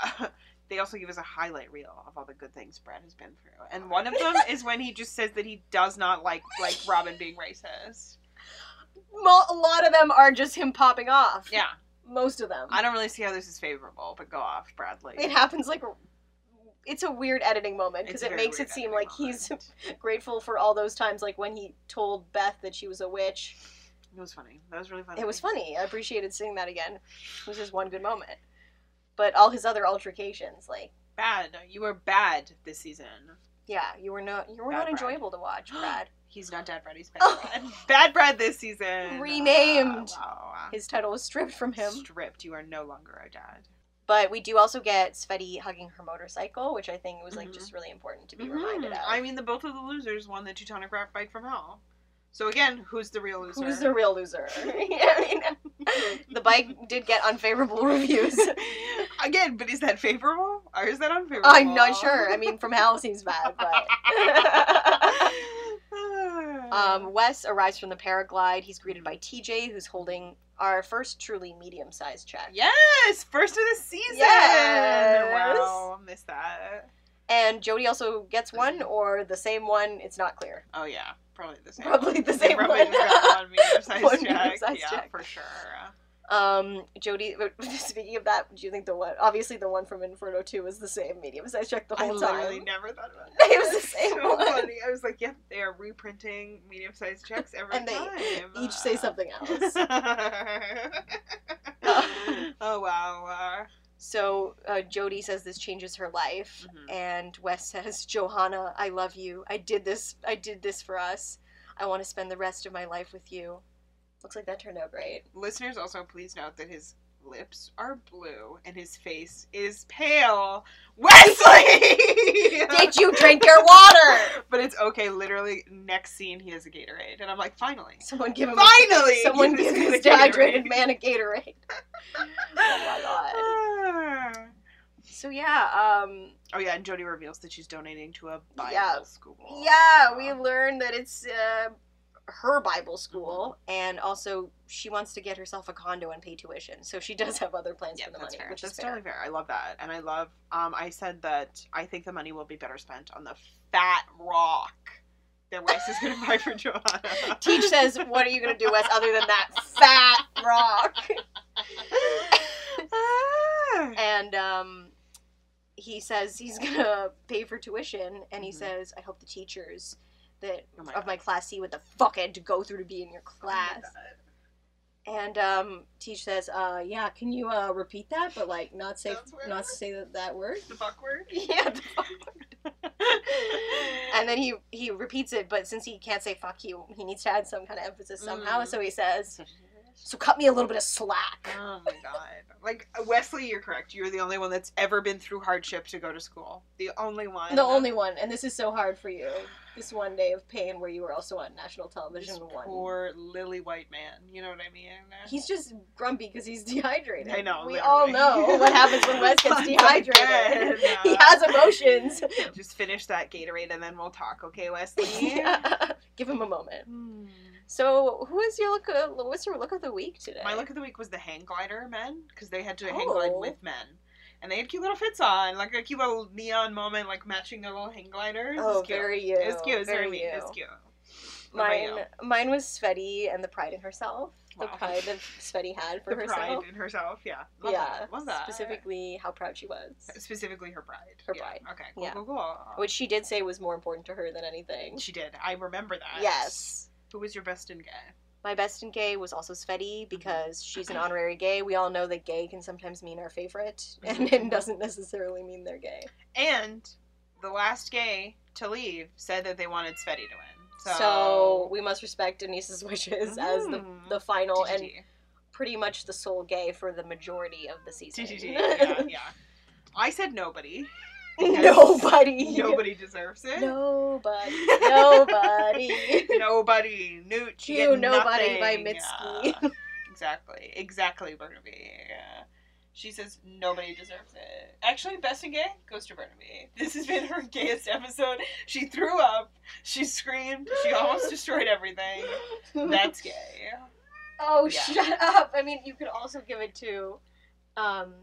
Speaker 2: they also give us a highlight reel of all the good things Brad has been through, and one of them is when he just says that he does not like like Robin being racist.
Speaker 1: Mo- a lot of them are just him popping off.
Speaker 2: Yeah,
Speaker 1: Most of them.
Speaker 2: I don't really see how this is favorable, but go off, Bradley.
Speaker 1: It happens like. It's a weird editing moment because
Speaker 2: It's a
Speaker 1: it
Speaker 2: very
Speaker 1: makes
Speaker 2: weird
Speaker 1: it seem
Speaker 2: editing
Speaker 1: like he's
Speaker 2: moment.
Speaker 1: grateful for all those times, like when he told Beth that she was a witch.
Speaker 2: It was funny. That was really funny.
Speaker 1: It was funny. I appreciated seeing that again. It was his one good moment. But all his other altercations, like,
Speaker 2: bad. You were bad this season.
Speaker 1: yeah, you were not you were
Speaker 2: Bad
Speaker 1: not
Speaker 2: Brad.
Speaker 1: enjoyable to watch, Brad.
Speaker 2: He's not dad Brad. He's bad
Speaker 1: Oh.
Speaker 2: Brad. Bad Brad this season.
Speaker 1: Renamed.
Speaker 2: Wow, wow.
Speaker 1: his title was stripped from him.
Speaker 2: Stripped. You are no longer our dad.
Speaker 1: But we do also get Sveti hugging her motorcycle, which I think was like
Speaker 2: Mhm.
Speaker 1: just really important to be reminded of.
Speaker 2: Mhm. I mean, the both of the losers won the Teutonic Rat Bike from Hell. So again, who's the real loser?
Speaker 1: Who's the real loser? I mean, the bike did get unfavorable reviews.
Speaker 2: again, but is that favorable or is that unfavorable?
Speaker 1: I'm not sure. I mean, from Hal seems bad, but.
Speaker 2: Mm.
Speaker 1: Um, Wes arrives from the paraglide. He's greeted by TJ, who's holding our first truly medium sized check.
Speaker 2: yes, first of the season.
Speaker 1: Yes.
Speaker 2: Wow, missed that.
Speaker 1: And Jody also gets one
Speaker 2: Mm.
Speaker 1: or the same one. It's not clear.
Speaker 2: Oh yeah, probably the same.
Speaker 1: Probably the
Speaker 2: They
Speaker 1: same
Speaker 2: probably
Speaker 1: one.
Speaker 2: just got one medium-sized
Speaker 1: One
Speaker 2: check.
Speaker 1: medium-sized
Speaker 2: yeah,
Speaker 1: check.
Speaker 2: for sure.
Speaker 1: Um, Jody, speaking of that, do you think the one, obviously the one from Inferno 2 was the same medium sized check the
Speaker 2: I
Speaker 1: whole
Speaker 2: literally
Speaker 1: time?
Speaker 2: never thought about that.
Speaker 1: It was the same
Speaker 2: so
Speaker 1: one.
Speaker 2: funny. I was like, yep, they are reprinting medium-sized checks every
Speaker 1: And
Speaker 2: time.
Speaker 1: they each say something else.
Speaker 2: oh wow.
Speaker 1: so uh, Jody says this changes her life.
Speaker 2: Mhm.
Speaker 1: And Wes says, Johanna, I love you. I did this. I did this for us. I want to spend the rest of my life with you. Looks like that turned out great.
Speaker 2: Listeners also please note that his lips are blue and his face is pale. Wesley.
Speaker 1: Did you drink your water?
Speaker 2: But it's okay. Literally, next scene he has a Gatorade, and I'm like, finally,
Speaker 1: Someone give him
Speaker 2: finally,
Speaker 1: A, someone
Speaker 2: He's
Speaker 1: give
Speaker 2: gonna
Speaker 1: this
Speaker 2: get it
Speaker 1: dehydrated
Speaker 2: right.
Speaker 1: man a Gatorade. Oh
Speaker 2: Ah.
Speaker 1: So yeah, um,
Speaker 2: Oh yeah, and Jody reveals that she's donating to a Bible
Speaker 1: Yeah.
Speaker 2: school. Um,
Speaker 1: yeah, we learned that it's uh, her Bible school, and also she wants to get herself a condo and pay tuition. So she does have other plans
Speaker 2: Yeah,
Speaker 1: for the
Speaker 2: that's
Speaker 1: money,
Speaker 2: fair.
Speaker 1: which
Speaker 2: That's
Speaker 1: is fair.
Speaker 2: totally fair. I love that, and I love. Um, I said that I think the money will be better spent on the fat rock that Wes is going to buy for Joanna.
Speaker 1: Teach says, "What are you gonna do, Wes, other than that fat rock?"
Speaker 2: Ah.
Speaker 1: And um, he says he's gonna pay for tuition, and he
Speaker 2: Mhm.
Speaker 1: says, "I hope the teachers that
Speaker 2: Oh
Speaker 1: of my
Speaker 2: God.
Speaker 1: class see what the fuck I had to go through to be in your
Speaker 2: Oh my
Speaker 1: class."
Speaker 2: God.
Speaker 1: and um, Teach says, uh, "Yeah, can you uh, repeat that, but like not say
Speaker 2: That's weird.
Speaker 1: not say that that word."
Speaker 2: The fuck word.
Speaker 1: Yeah. the fuck. And then he he repeats it, but since he can't say "fuck you," he needs to add some kind of emphasis somehow.
Speaker 2: Mhm.
Speaker 1: So he says, "So cut me a little bit of slack."
Speaker 2: Oh my god. Like Wesley, you're correct. You're the only one that's ever been through hardship to go to school. The only one.
Speaker 1: The only one, and this is so hard for you. This one day of pain where you were also on national television.
Speaker 2: This
Speaker 1: one.
Speaker 2: poor lily white man. You know what I mean?
Speaker 1: He's just grumpy because he's dehydrated.
Speaker 2: I know,
Speaker 1: We
Speaker 2: literally.
Speaker 1: all know what happens when Wes gets
Speaker 2: Once
Speaker 1: dehydrated.
Speaker 2: again,
Speaker 1: he
Speaker 2: uh,
Speaker 1: has emotions.
Speaker 2: Just finish that Gatorade and then we'll talk, okay, Wesley?
Speaker 1: Give him a moment.
Speaker 2: Hmm.
Speaker 1: So, who is your look? Of, what's your look of the week today?
Speaker 2: My look of the week was the hang glider men because they had to hang glide
Speaker 1: Oh.
Speaker 2: with men. And they had cute little fits on, like a cute little neon moment, like matching their little hang gliders. It was
Speaker 1: oh,
Speaker 2: cute.
Speaker 1: very you.
Speaker 2: It was cute. It was very
Speaker 1: very
Speaker 2: mean.
Speaker 1: you.
Speaker 2: It was cute. What about
Speaker 1: Mine,
Speaker 2: you?
Speaker 1: mine was Sveti and the pride in herself. The
Speaker 2: Wow.
Speaker 1: pride that Sveti had for
Speaker 2: the
Speaker 1: herself.
Speaker 2: pride in herself. Yeah. Love
Speaker 1: yeah,
Speaker 2: That. Love that.
Speaker 1: specifically how proud she was,
Speaker 2: Specifically her pride.
Speaker 1: Her
Speaker 2: Yeah.
Speaker 1: pride.
Speaker 2: Okay. Cool.
Speaker 1: Yeah.
Speaker 2: Cool. Cool.
Speaker 1: which she did say was more important to her than anything.
Speaker 2: she did. I remember that.
Speaker 1: Yes.
Speaker 2: Who was your best in gay?
Speaker 1: My best in gay was also
Speaker 2: Mm-hmm.
Speaker 1: Sveti because she's an honorary gay. We all know that gay can sometimes mean our favorite,
Speaker 2: Mm-hmm.
Speaker 1: and it doesn't necessarily mean they're gay.
Speaker 2: And the last gay to leave said that they wanted Sveti to win.
Speaker 1: So,
Speaker 2: So,
Speaker 1: we must respect Denise's wishes as the,
Speaker 2: Mhm.
Speaker 1: the final and
Speaker 2: TGG.
Speaker 1: pretty much the sole gay for the majority of the season.
Speaker 2: TGG. Yeah, yeah. I said nobody. because
Speaker 1: nobody,
Speaker 2: Nobody deserves it.
Speaker 1: nobody, nobody.
Speaker 2: nobody. Nooch.
Speaker 1: You
Speaker 2: get
Speaker 1: nobody by
Speaker 2: nothing.
Speaker 1: Mitski.
Speaker 2: Yeah, Exactly. Exactly, Burnaby. Yeah. She says nobody deserves it. Actually, best in gay goes to Burnaby. This has been her gayest episode. She threw up. She screamed. She almost destroyed everything. That's gay.
Speaker 1: Oh,
Speaker 2: Yeah.
Speaker 1: shut up. I mean, you could also give it to um,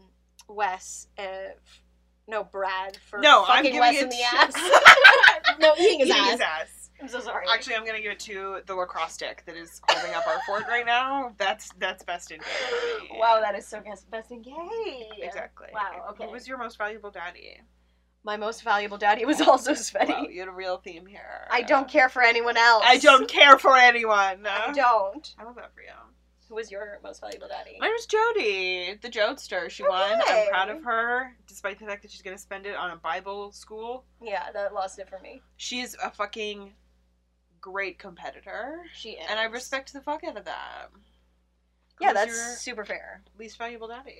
Speaker 1: Wes. Uh, f- no, Brad for
Speaker 2: No, I'm
Speaker 1: fucking
Speaker 2: giving
Speaker 1: Wes
Speaker 2: it
Speaker 1: in the
Speaker 2: to-
Speaker 1: ass. no, eating his
Speaker 2: Eating
Speaker 1: ass.
Speaker 2: his ass.
Speaker 1: I'm so sorry.
Speaker 2: Actually, I'm gonna give it to the lacrosse stick that is holding up our fort right now. That's that's best in gay.
Speaker 1: wow, that is so best, best in gay.
Speaker 2: Exactly.
Speaker 1: Wow, okay.
Speaker 2: Who was your most valuable daddy?
Speaker 1: My most valuable daddy was also Svetty.
Speaker 2: Wow, you had a real theme here.
Speaker 1: I don't care for anyone else.
Speaker 2: I don't care for anyone.
Speaker 1: I don't.
Speaker 2: I love that for you.
Speaker 1: Who was your most valuable daddy?
Speaker 2: Mine was Jody, the Jodester. She won.
Speaker 1: Okay.
Speaker 2: I'm proud of her, despite the fact that she's going to spend it on a Bible school.
Speaker 1: yeah, that lost it for me.
Speaker 2: She's a fucking great competitor,
Speaker 1: She is.
Speaker 2: and I respect the fuck out of that. Who
Speaker 1: Yeah,
Speaker 2: was
Speaker 1: that's
Speaker 2: your
Speaker 1: super fair.
Speaker 2: least valuable daddy,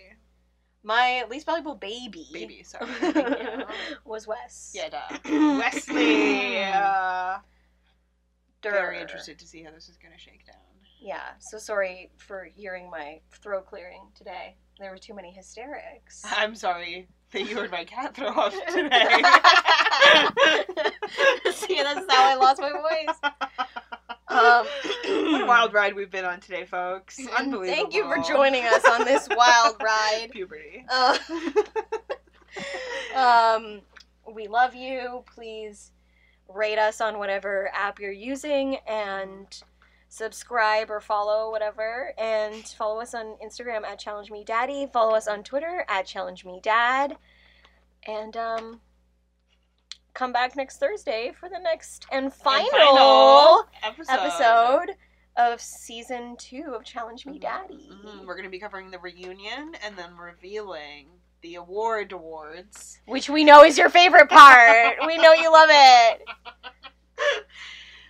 Speaker 1: My least valuable baby,
Speaker 2: baby. Sorry. Thank you.
Speaker 1: was Wes.
Speaker 2: yeah, duh. Wesley. Uh,
Speaker 1: Durr.
Speaker 2: very interested to see how this is going to shake down.
Speaker 1: Yeah, so sorry for hearing my throat clearing today. There were too many hysterics.
Speaker 2: I'm sorry that you heard my cat throw up today.
Speaker 1: See, that's how I lost my voice. Um,
Speaker 2: what a wild ride we've been on today, folks. Unbelievable.
Speaker 1: Thank you for joining us on this wild ride.
Speaker 2: Puberty.
Speaker 1: Uh, um, we love you. Please rate us on whatever app you're using and subscribe or follow whatever. And follow us on Instagram at Challenge Me Daddy. Follow us on Twitter at Challenge Me Dad. And um, come back next Thursday for the next and final,
Speaker 2: And final episode.
Speaker 1: episode Mm-hmm. of season two of Challenge Me
Speaker 2: Mhm,
Speaker 1: Daddy.
Speaker 2: mhm. We're going to be covering the reunion and then revealing the award awards.
Speaker 1: Which we know is your favorite part. we know you love it.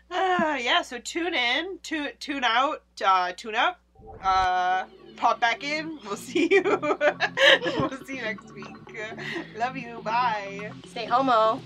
Speaker 2: Uh, yeah, so tune in, tune, tune out, uh, tune up, uh, pop back in. We'll see you. we'll see you next week. Love you. Bye.
Speaker 1: Stay homo.